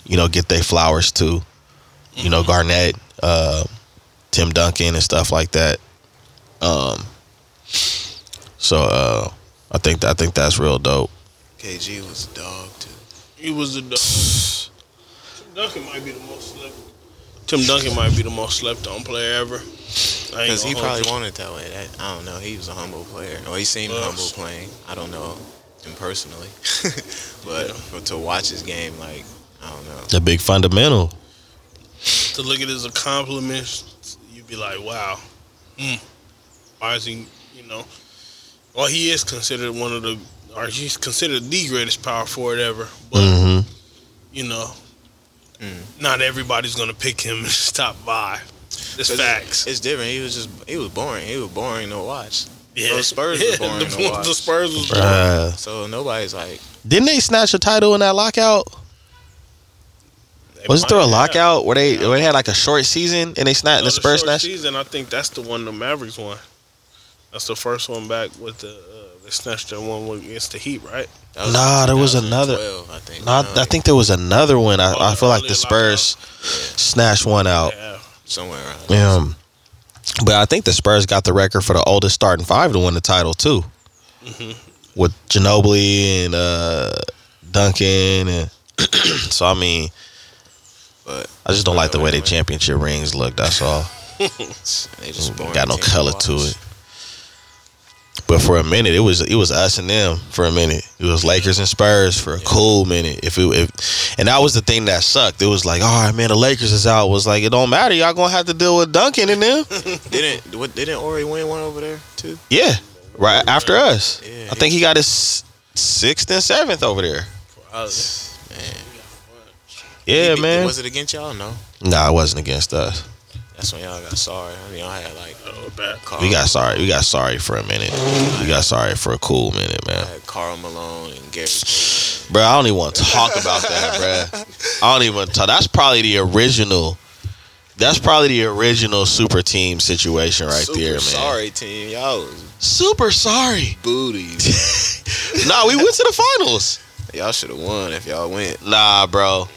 you know, get their flowers too. You know, Garnett, uh, Tim Duncan, and stuff like that. Um, so uh, I think I think that's real dope.
KG was a dog too.
he was a dog Duncan might be the most slept. Tim Duncan might be the most slept on player ever.
Because he probably wanted it that way. That, I don't know. He was a humble player. Or he seemed
Bucks.
humble playing. I don't know him personally. but for- to watch his game, like, I don't know.
The big fundamental.
to look at it as a compliment. You'd be like, wow, mm. why is he? You know, well, he is considered one of the, or he's considered the greatest power forward ever. But
Mm-hmm.
you know,
Mm.
not everybody's gonna pick him in his top five. It's
'Cause
facts.
It's, it's different. He was just, he was boring. He was boring to watch.
Yeah.
those Spurs were boring
the,
to
the
watch.
Spurs was
Bruh.
So nobody's like,
Didn't they snatch a title in that lockout?
they
Wasn't there a
might have.
lockout where they where they had like a short season and they snatched
No,
the Spurs
short
snatched?
season. I think that's the one the Mavericks won. That's the first one back with the uh, they snatched that one against the Heat, right?
that was
Nah, there was
2012, I think.
No, I, I think there was another one. I,
Oh,
I feel like
early
the Spurs snatched one out.
Yeah.
somewhere around. there.
Um, but I think the Spurs got the record for the oldest starting five to win the title too, with Ginobili and uh, Duncan, and so I mean,
But
I just don't like the way the championship rings look. That's all.
they just boring
Got no
team to
color
watch.
to it. But for a minute, it was it was us and them for a minute. It was Lakers and Spurs for a cool minute. If it, if, and that was the thing that sucked. It was like, all right, man, the Lakers is out. It was like, it don't matter. Y'all gonna have to deal with Duncan and them.
Didn't what? Didn't Ori win one over there too?
Yeah, right after us.
Yeah,
I think he got his sixth and seventh over there.
Man,
Yeah,
He beat-
man.
Was it against y'all? No,
nah, it wasn't against us.
that's when y'all got sorry. I mean, y'all had like
Oh, bad.
Carl,
We got sorry. We got sorry for a minute. We got sorry for a cool minute, man.
y'all had Carl Malone and Gary. Payton.
Bro, I don't even want to talk about that, bro. I don't even want to talk. That's probably the original. That's probably the original super team situation right
Super
there, man.
Sorry team, y'all was
Super sorry.
booties.
Nah, we went to the finals.
y'all should have won if y'all went.
Nah, bro.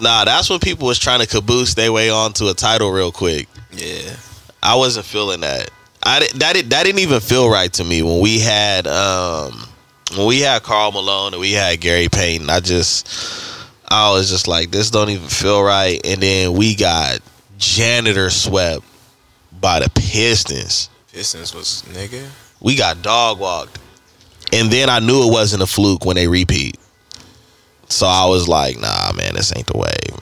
Nah, that's when people was trying to caboose their way onto a title real quick.
Yeah,
I wasn't feeling that. I di- that did, that didn't even feel right to me when we had um when we had Carl Malone and we had Gary Payton. I just I was just like this don't even feel right. And then we got janitor swept by the Pistons.
Pistons was nigga.
We got dog walked. And then I knew it wasn't a fluke when they repeat. So I was like, nah, man, this ain't the way, man.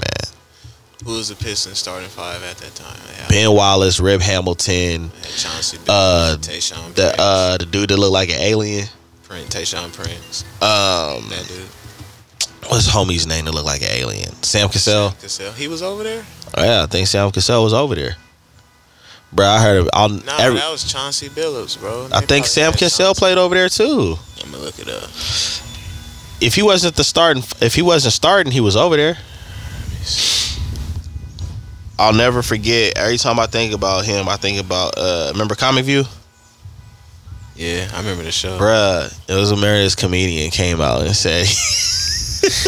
Who was the Pistons starting five at that time? They had,
Ben Wallace, Rip Hamilton,
they had Chauncey, Billups,
Uh,
Tayshaun,
the
Prince,
uh the dude that looked like an alien.
Prince, Tayshaun Prince,
Um
that dude.
What's homie's name that looked like an alien? Sam Cassell. Oh,
Cassell, he was over there.
Yeah, I think Sam Cassell was over there. Bro, I heard. Of, I'll,
Nah,
every,
that was Chauncey Billups, bro.
I think Sam Cassell played over there too.
I'm gonna look it up.
If he wasn't the starting, if he wasn't starting, he was over there. I'll never forget. Every time I think about him, I think about uh, remember Comic View,
Yeah, I remember the show.
Bruh, It was a America's comedian came out and said he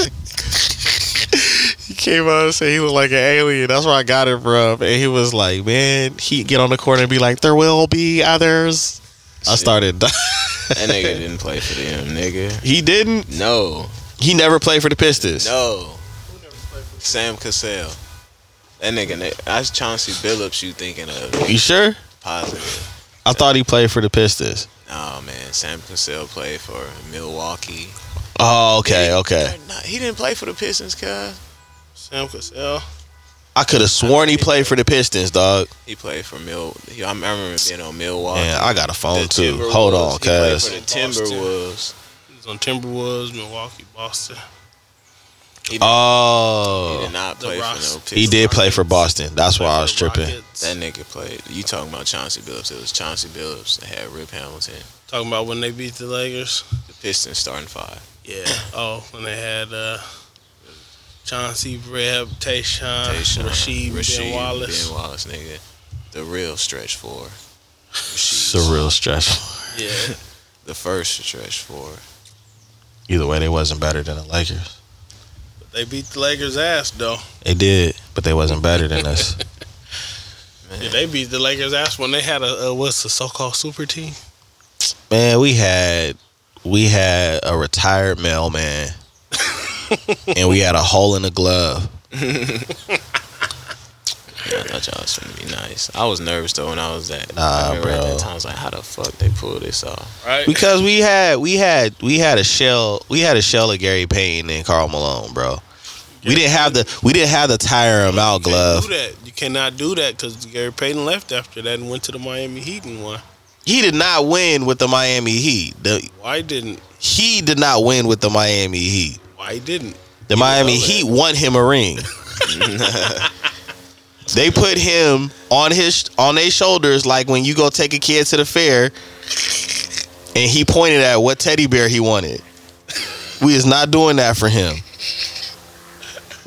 came out and said he looked like an alien. That's where I got it from. And he was like, man, he get on the corner and be like, there will be others. I
Shit.
started. dying.
That nigga didn't play for them, nigga.
he didn't.
No,
He never played for the Pistons.
no. Sam Cassell. That nigga, na- that's Chauncey Billups. You thinking of
You sure?
positive?
I thought he played for the Pistons.
Oh man, Sam Cassell played for Milwaukee.
Oh, okay, okay.
Nah, he didn't play for the Pistons, cuz
Sam Cassell.
I could have sworn he played for the Pistons, dog.
he played for Mil. He, I remember being on Milwaukee.
Man, I got a phone
The
too.
Timberwolves.
Hold on,
He played
cuz.
for the Timberwolves.
He was on Timberwolves, Milwaukee, Boston.
He, he
Oh,
did not
The
play for no
Rocks.
Pistons.
he did play for Boston. That's why I was
Played for the
tripping.
Rockets.
That nigga played. You talking about Chauncey Billups? It was Chauncey Billups that had Rip Hamilton.
Talking about when they beat the Lakers.
The Pistons starting five.
Yeah. Oh, when they had uh, Chauncey, Reb, Tayshawn,
Tayshaun,
Uh, Rasheed, Ben Wallace.
Ben Wallace, nigga. The real stretch four.
It's a real stressful.
Yeah.
The first stretch four.
Either way, they wasn't better than the Lakers.
they beat the Lakers' ass though.
They did, but they wasn't better than us.
Yeah, they beat the Lakers' ass when they had a, a what's the so-called super team.
Man, we had we had a retired mailman, and we had a hole in the glove.
I thought y'all was gonna be nice. I was nervous though when I was at.
Nah,
I remember At
bro.
that time, I was like, how the fuck they pull this off?
right?
Because we had we had we had a shell we had a shell of Gary Payton and Carl Malone, bro. We didn't have the we didn't have the tire him out
You can't
glove.
do that. You cannot do that because Gary Payton left after that and went to the Miami Heat and won.
He did not win with the Miami Heat. The,
Why didn't?
he did not win with the Miami Heat.
Why didn't?
The Miami
know that.
Heat won him a ring. they put him on his on their shoulders like when you go take a kid to the fair and he pointed at what teddy bear he wanted. We is not doing that for him.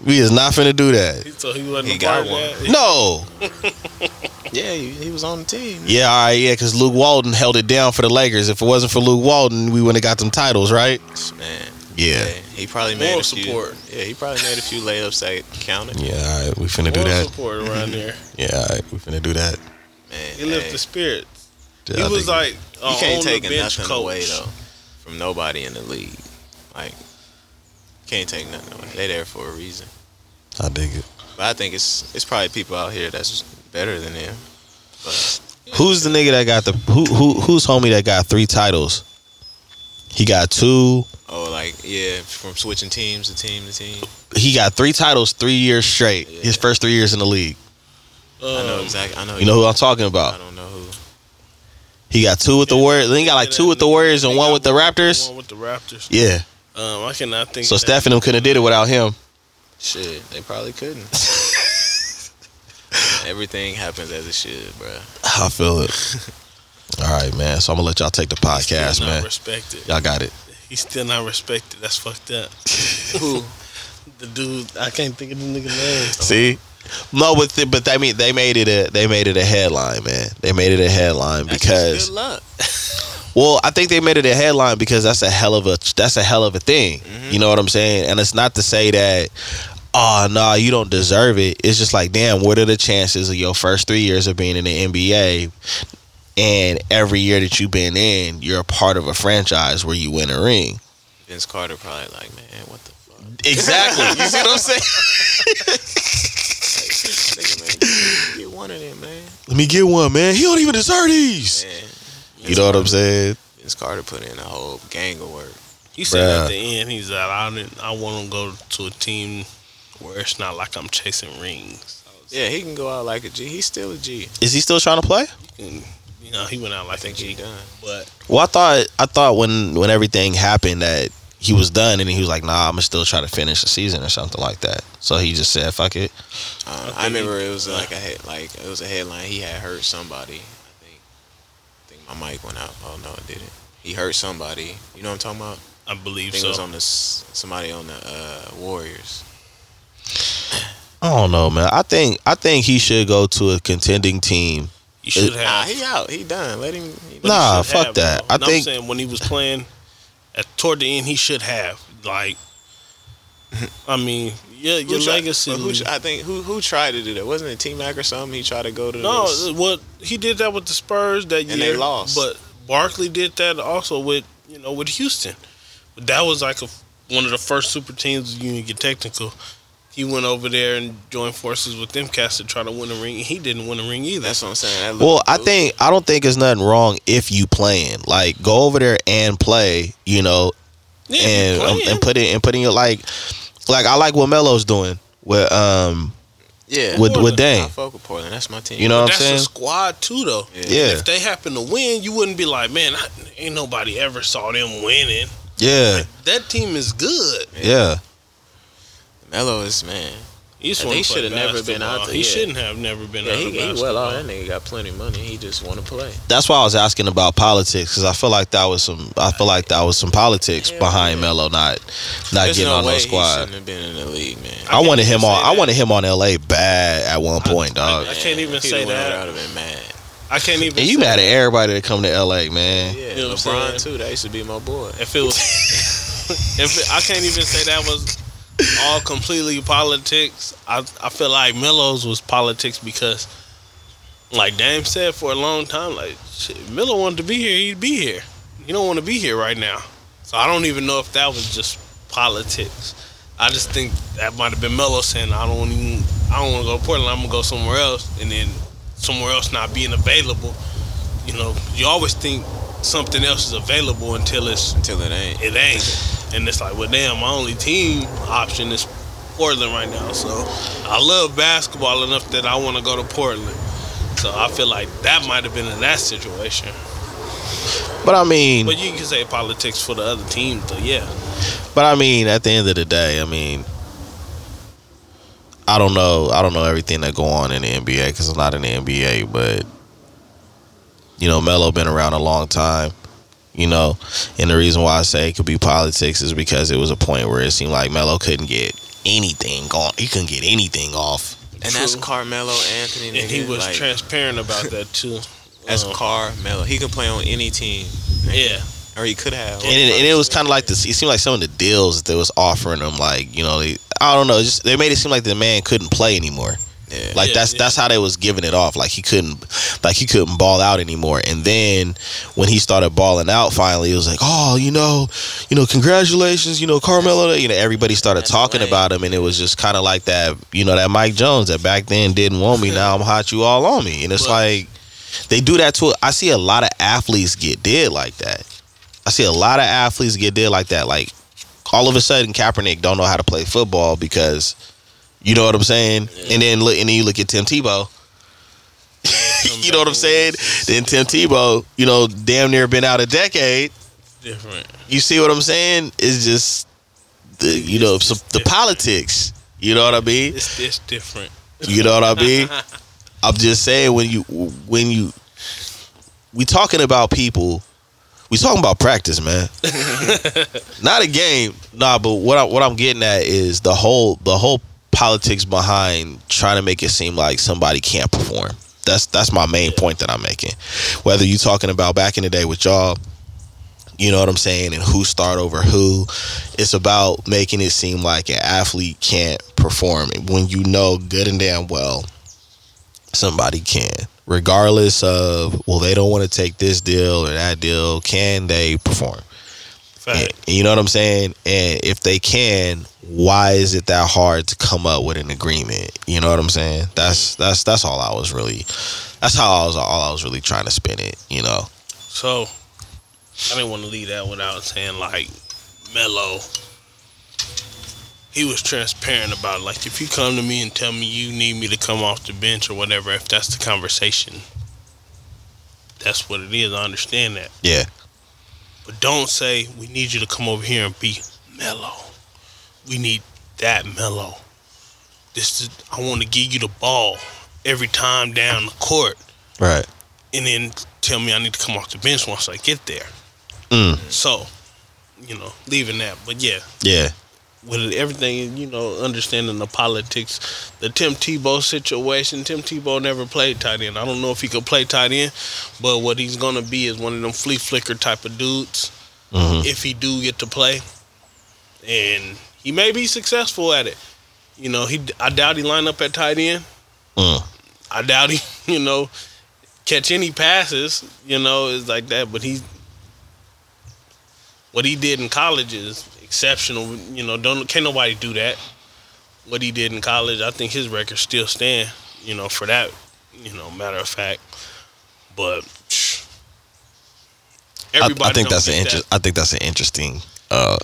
We is not finna do that.
So he wasn't
He
a
got
part
one.
of that.
No.
Yeah, he, he was on the team.
Yeah, all right, yeah, because Luke Walden held it down for the Lakers. If it wasn't for Luke Walden, we wouldn't have got them titles, right?
Man,
Yeah.
yeah, he probably made
Moral
a few.
support.
Yeah, he probably made a few layups that counted.
Yeah, all right, we finna do
Moral
that.
support around there.
Yeah, all right, we finna do that.
Man,
He left
hey,
the spirit.
I
He was
think-
like a
you can't
on
take
the bench
nothing
coach.
away though from nobody in the league. Like, can't take nothing away. They there for a reason.
I dig it.
But I think it's it's probably people out here that's better than him.
Who's the nigga that got the who who who's homie that got three titles? He got two.
Oh, like yeah, from switching teams to team to team.
He got three titles three years straight. His
Yeah.
first three years in the league.
I know
Um,
exactly. I know.
You know who I'm talking
I
about?
don't know who.
He got two with the Warriors. Then he got like two with the Warriors and
They
one
got
with the Raptors.
One with the Raptors.
Yeah.
Um, I cannot think.
So
of that.
Steph and them couldn't have did it without him.
Shit, they probably couldn't. Everything happens as it should, bro.
I feel it. All right, man. So I'm gonna let y'all take the podcast,
still
man.
Not respected.
Y'all got it.
He's still not respected. That's fucked up. Who? The dude. I can't think of the nigga name.
See. No, but th- but I mean they made it a they made it a headline, man. They made it a headline
That's
because
just good luck.
Well, I think they made it a headline because that's a hell of a that's a hell of a thing. You know what I'm saying? And it's not to say that oh no, you don't deserve it. It's just like, damn, what are the chances of your first 3 years of being in the NBA and every year that you've been in, you're a part of a franchise where you win a ring.
Vince Carter probably like, man, what the fuck?
Exactly. you see what I'm saying?
Nigga, man, get one of them, man.
Let me get one, man. He don't even deserve these.
Man,
You know what I'm saying?
Vince Carter put in a whole gang of work.
He said
Bruh.
at the end, he's like, I didn't, I want to go to a team where it's not like I'm chasing rings. I was
Yeah, he can go out like a G. He's still a G.
Is he still trying to play?
thinking, you know, he went out like
I think
a
he
G,
done.
but
Well, I thought I thought when when everything happened that he was done, and he was like, "Nah, I'm gonna still try to finish the season or something like that." So he just said, "Fuck it."
I
Um, I
think
remember it was like a head, like it was a headline. He had hurt somebody. I think. I think my mic went out. Oh no, it didn't. He hurt somebody. You know what I'm talking about?
I
I
believe
think it
so.
was on this somebody on the uh, Warriors.
I don't know, man. I think I think he should go to a contending team.
you should have.
Nah, he out. He done. Let him. he-
but he
Nah,
should
fuck
have,
that.
though.
I
No,
think-
I'm saying when he was playing at toward the end, he should have. Like, I mean, yeah,
who
your
tried-
legacy.
but Who, tr- I think who who tried to do that? Wasn't it T Mac or something? He tried to go to
No,
this-
what he did that with the Spurs that
And
year,
they lost.
But Barkley did that also with you know with Houston. But that was like a, one of the first super teams. You can get technical. He went over there and joined forces with them cats to try to win a ring. He didn't win a ring either.
That's what I'm saying. That
Well,
little
I
dude.
think I don't think it's nothing wrong if you playing. Like, go over there and play. You know,
yeah,
and
he
um,
playing.
and put it and putting your like, like I like what Melo's doing with um
yeah,
with with
Portland,
Dame.
I fuck with Portland. That's my team.
You know what I'm
That's a
saying?
squad too, though.
Yeah.
If they happen to win, you wouldn't be like, man, I, ain't nobody ever saw them winning.
Yeah,
That team is good.
yeah.
Melo is man.
He just
They
wanna play
should have never been out
basketball.
there,
He
yeah.
shouldn't have never been
Yeah,
out
he,
of
he
basketball.
well off. That nigga got plenty of money. He just want to play.
That's why I was asking about politics because I feel like that was some. I feel like that was some politics
Hell
behind
yeah.
Melo not not
There's
getting
no
on
way
no
he
squad.
shouldn't have been in the league, man.
I, wanted him
say
on. I
that.
wanted him on LA bad at one point, dog.
I can't even
If he
say
went over
that.
there, I'd have been mad.
I can't even.
and you
say
mad at everybody that come to LA, man.
Yeah,
know what I'm saying?
LeBron too. That used to be my boy.
If it was, if it, I can't even say that was all completely politics. I I feel like Melo's was politics because, like Dame said for a long time, like shit, Melo wanted to be here, he'd be here. He don't want to be here right now, so I don't even know if that was just politics. I just think that might have been Melo saying, "I don't even, I don't want to go to Portland. I'm gonna go somewhere else." And then somewhere else not being available, you know, you always think something else is available until it's
Until it ain't.
it ain't. And it's like, well, damn, my only team option is Portland right now. So I love basketball enough that I want to go to Portland. So I feel like that might have been in that situation.
But I mean,
But you can say politics for the other team, though. Yeah,
But I mean, at the end of the day, I mean, I don't know. I don't know everything that go on in the NBA because I'm not in the NBA. But you know, Melo been around a long time. You know, and the reason why I say it could be politics is because it was a point where it seemed like Melo couldn't get anything on. He couldn't get anything off.
And that's
True.
Carmelo Anthony.
and he
nigga,
was
like,
transparent about that too.
That's
Um,
Carmelo. He could play on any team,
yeah,
or he could have.
and it, and it was kind of like this. It seemed like some of the deals that they was offering him, like you know, they, I don't know, it's just they made it seem like the man couldn't play anymore.
Yeah.
Like
Yeah,
that's
yeah.
that's how they was giving it off. Like he couldn't, like he couldn't ball out anymore. And then when he started balling out, finally it was like, oh, you know, you know, congratulations, you know, Carmelo. You know, everybody started
That's
talking
lame.
about him, and it was just kind of like that, you know, that Mike Jones that back then didn't want me. Now I'm hot, you all on me, and it's
Well-
like they do that to. I see a lot of athletes get dead like that. I see a lot of athletes get dead like that. Like all of a sudden, Kaepernick don't know how to play football because you know what I'm saying. And then look, and then you look at Tim Tebow. you know what I'm saying? Then Tim Tebow, you know, damn near been out a decade.
different.
You see what I'm saying? It's just the you know some, the politics. You know what I mean?
It's it's different.
You know what I mean? I'm just saying when you when you we talking about people, we talking about practice, man. Not a game, nah. But what I, what I'm getting at is the whole the whole politics behind trying to make it seem like somebody can't perform. That's that's my main point that I'm making. Whether you talking about back in the day with y'all, you know what I'm saying, and who start over who, it's about making it seem like an athlete can't perform when you know good and damn well somebody can. Regardless of well, they don't want to take this deal or that deal, can they perform?
Fact.
And- you know what I'm saying? And if they can, why is it that hard to come up with an agreement? You know what I'm saying? That's that's that's all I was really that's how I was all I was really trying to spin it, you know.
So I didn't want to leave that without saying like Mello. He was transparent about like if you come to me and tell me you need me to come off the bench or whatever, if that's the conversation, that's what it is. I understand that,
Yeah.
but don't say we need you to come over here and be mellow. We need that mellow. This is I want to give you the ball every time down the court,
Right.
and then tell me I need to come off the bench once I get there.
Mm.
So, you know, leaving that. But yeah,
Yeah.
with everything, you know, understanding the politics, the Tim Tebow situation. Tim Tebow never played tight end. I don't know if he could play tight end, but what he's gonna be is one of them flea flicker type of dudes
Mhm.
if he do get to play, and he may be successful at it. You know, he I doubt he line up at tight end.
Mm.
I doubt he, you know, catch any passes, you know, is like that. But he, what he did in college is exceptional. You know, don't can't nobody do that. What he did in college, I think his records still stand. You know, for that, you know, matter of fact. But psh,
I- I, think
don't
that's an
get
inter- I think that's an interesting uh,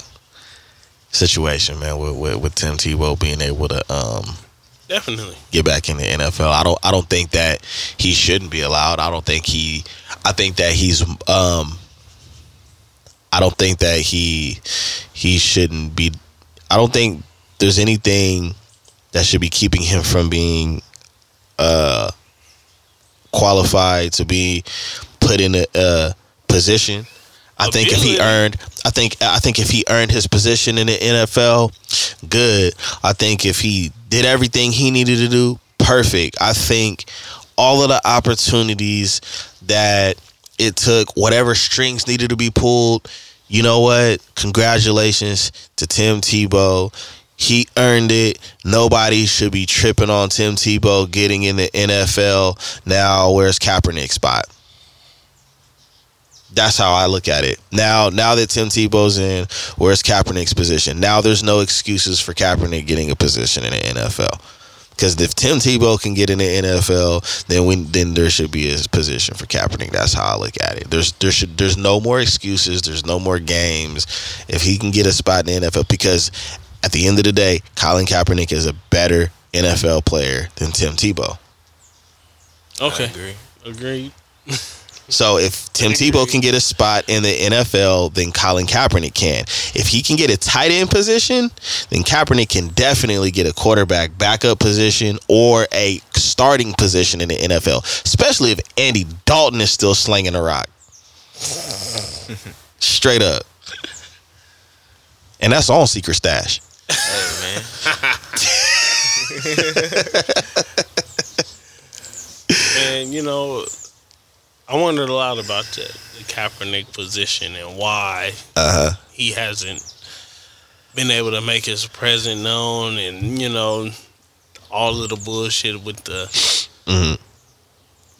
situation, man. With, with with Tim Tebow being able to um,
that. Definitely,
get back in the NFL, I don't I don't think that he shouldn't be allowed. I don't think he. I think that he's. Um, I don't think that he he shouldn't be. I don't think there's anything that should be keeping him from being uh, qualified to be put in a uh, position. I think if he
Ability.
earned, I think I think if he earned his position in the NFL, good. I think if he did everything he needed to do, perfect. I think all of the opportunities that it took, whatever strings needed to be pulled, you know what? Congratulations to Tim Tebow. He earned it. Nobody should be tripping on Tim Tebow getting in the NFL. Now, where's Kaepernick's spot? That's how I look at it. Now, now that Tim Tebow's in, where's Kaepernick's position? Now there's no excuses for Kaepernick getting a position in the NFL. Because if Tim Tebow can get in the NFL, then we then there should be a position for Kaepernick. That's how I look at it. There's there should there's no more excuses. There's no more games. If he can get a spot in the NFL, because at the end of the day, Colin Kaepernick is a better NFL player than Tim Tebow.
Okay.
agree.
Agreed.
So if Tim Tebow can get a spot in the NFL, then Colin Kaepernick can. If he can get a tight end position, then Kaepernick can definitely get a quarterback backup position or a starting position in the NFL, especially if Andy Dalton is still slinging a rock. Straight up. And that's on Secret Stash.
Hey man,
And you know, I wondered a lot about the, the Kaepernick position and why
Uh huh.
he hasn't been able to make his presence known, and you know, all of the bullshit with the
Mhm.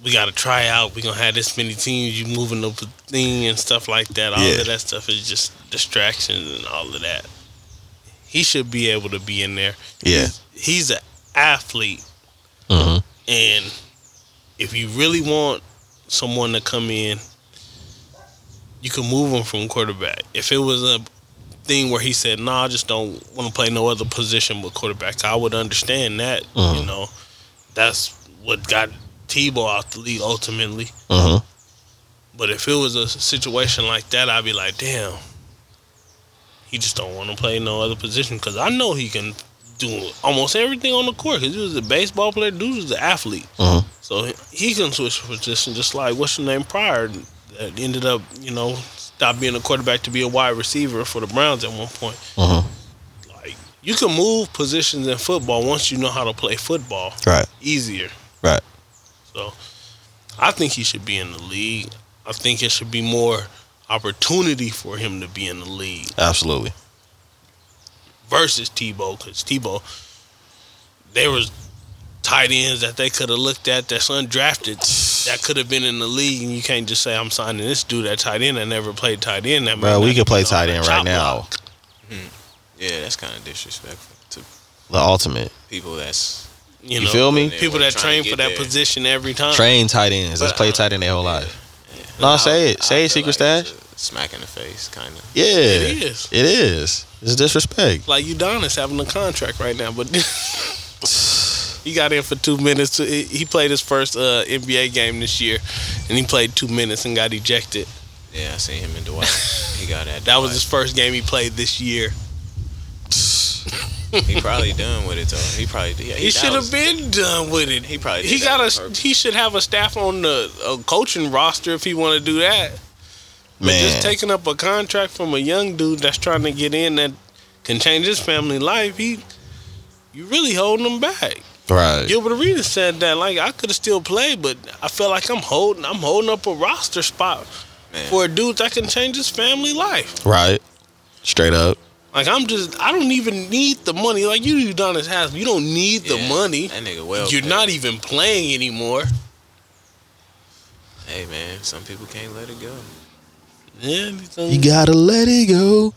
we got to try out. We gonna have this many teams. You moving up a thing and stuff like that. All
Yeah.
of that stuff is just distractions and all of that. He should be able to be in there.
Yeah.
He's an athlete,
Mhm.
and if you really want someone to come in, you can move him from quarterback. If it was a thing where he said, "No, I just don't want to play no other position but quarterback," I would understand that. You
Mhm.
know, that's what got Tebow out the league ultimately.
Uh huh.
But if it was a situation like that, I'd be like, "Damn, he just don't want to play no other position." Because I know he can do almost everything on the court. Because he was a baseball player, dude was an athlete.
Uh huh.
So he can switch position just like what's your name prior that ended up, you know, stopped being a quarterback to be a wide receiver for the Browns at one point.
Uh huh.
Like you can move positions in football once you know how to play football
Right.
easier.
Right.
So I think he should be in the league. I think it should be more opportunity for him to be in the league
Absolutely.
versus Tebow because Tebow, there was tight ends that they could have looked at that's undrafted that could have been in the league, and you can't just say I'm signing this dude at tight end. I never played tight end. That
Bro,
might
we
not
could play
be on
tight
the
end
chop
right now.
block.
yeah, that's kind of disrespectful to
The ultimate.
people. That's
You
You, know,
feel me?
People
We're
that
trying
train
to
for
get
that
there.
position every time.
Train tight ends. Let's
But,
play
uh,
tight end their whole life.
yeah.
No,
I-
Oh, say it.
I
Say it,
feel
Secret
like it's
Stash.
a Smack in the face, kind of.
Yeah,
It is.
It is. It's disrespect.
Like Udonis having a contract right now, but he got in for two minutes. To, he he played his first uh, NBA game this year, and he played two minutes and got ejected.
Yeah, I seen him in Dwight. he got that.
That was his first game he played this year.
He probably done with it though. He probably. Yeah,
He
that
should
was-
have been done with it.
He probably. Did
He
that
got
on
a.
purpose.
He should have a staff on the a coaching roster if he want to do that. But
Man.
just taking up a contract from a young dude that's trying to get in that can change his family life, he you really holding him back.
right.
Gilbert Arena said that like I could have still played, but I feel like I'm holding I'm holding up a roster spot
Man.
for a dude that can change his family life.
right. Straight up.
Like I'm just I don't even need the money. Like you Udonis has you don't need the
Yeah,
money.
That nigga well.
You're
paid.
not even playing anymore. e-
Hey man, some people can't let it go.
Yeah,
You gotta let it go.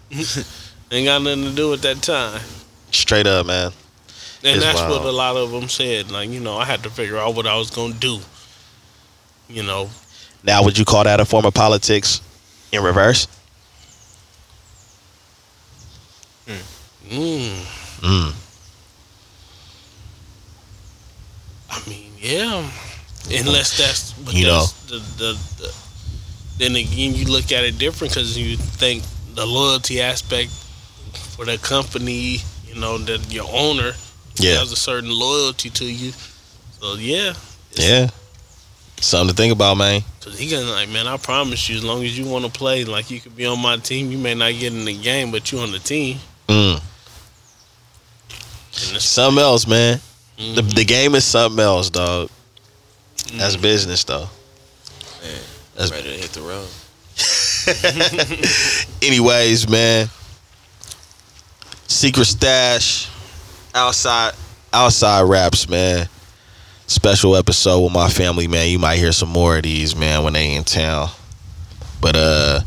ain't got nothing to do with that time.
Straight up, man.
And
It's
that's
wild.
what a lot of them said. Like, you know, I had to figure out what I was going to do. You know,
Now, would you call that a form of politics in reverse?
mm,
Mm.
I mean, yeah. Unless that's, but
You know.
that's the, the, the, then again, you look at it different because you think the loyalty aspect for the company, you know, that your owner
Yeah.
has a certain loyalty to you. So, yeah.
Yeah. Something to think about, man.
Cause he gonna like, man, I promise you, as long as you want to play, like you could be on my team. You may not get in the game, but you on the team.
Mm.
And it's,
Something else, man. The,
Mhm.
the game is something else, dog. That's business, though.
Man,
That's-
ready to hit the road.
Anyways, man. Secret stash, outside, outside raps, man. Special episode with my family, man. You might hear some more of these, man, when they in town. But uh,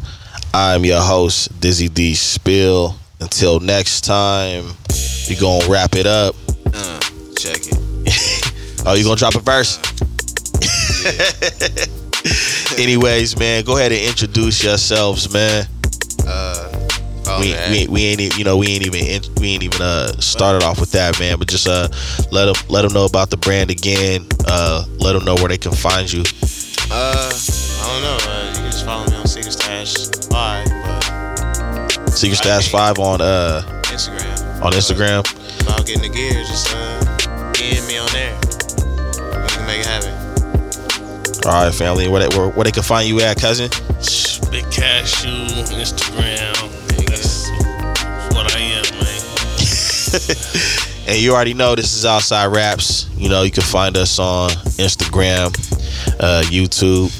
I'm your host, Dizzy D Spill. Until next time, we gonna wrap it up.
Uh, check it.
Oh, you gonna drop a verse? Anyways, man, go ahead and introduce yourselves, man.
Uh, oh,
we,
man.
we we ain't e- you know we ain't even in- we ain't even uh started off with that, man. But just uh let them let them know about the brand again. Uh, let them know where they can find you.
Uh, I don't know. Uh, you can just follow me on Secret Stash Five, but
Secret Stash Five on uh
Instagram.
on Instagram.
But If I'm getting the gear, just uh, DM me on there. We can make it happen.
All right, family, where they, where, where they can find you at, cousin?
Big Cashew, Instagram. That's what I am, man.
And you already know this is Outside Raps. You know, you can find us on Instagram, uh, YouTube,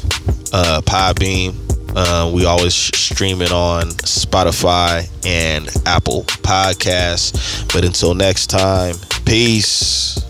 uh, Podbeam. Uh, we always sh- stream it on Spotify and Apple Podcasts. But until next time, peace.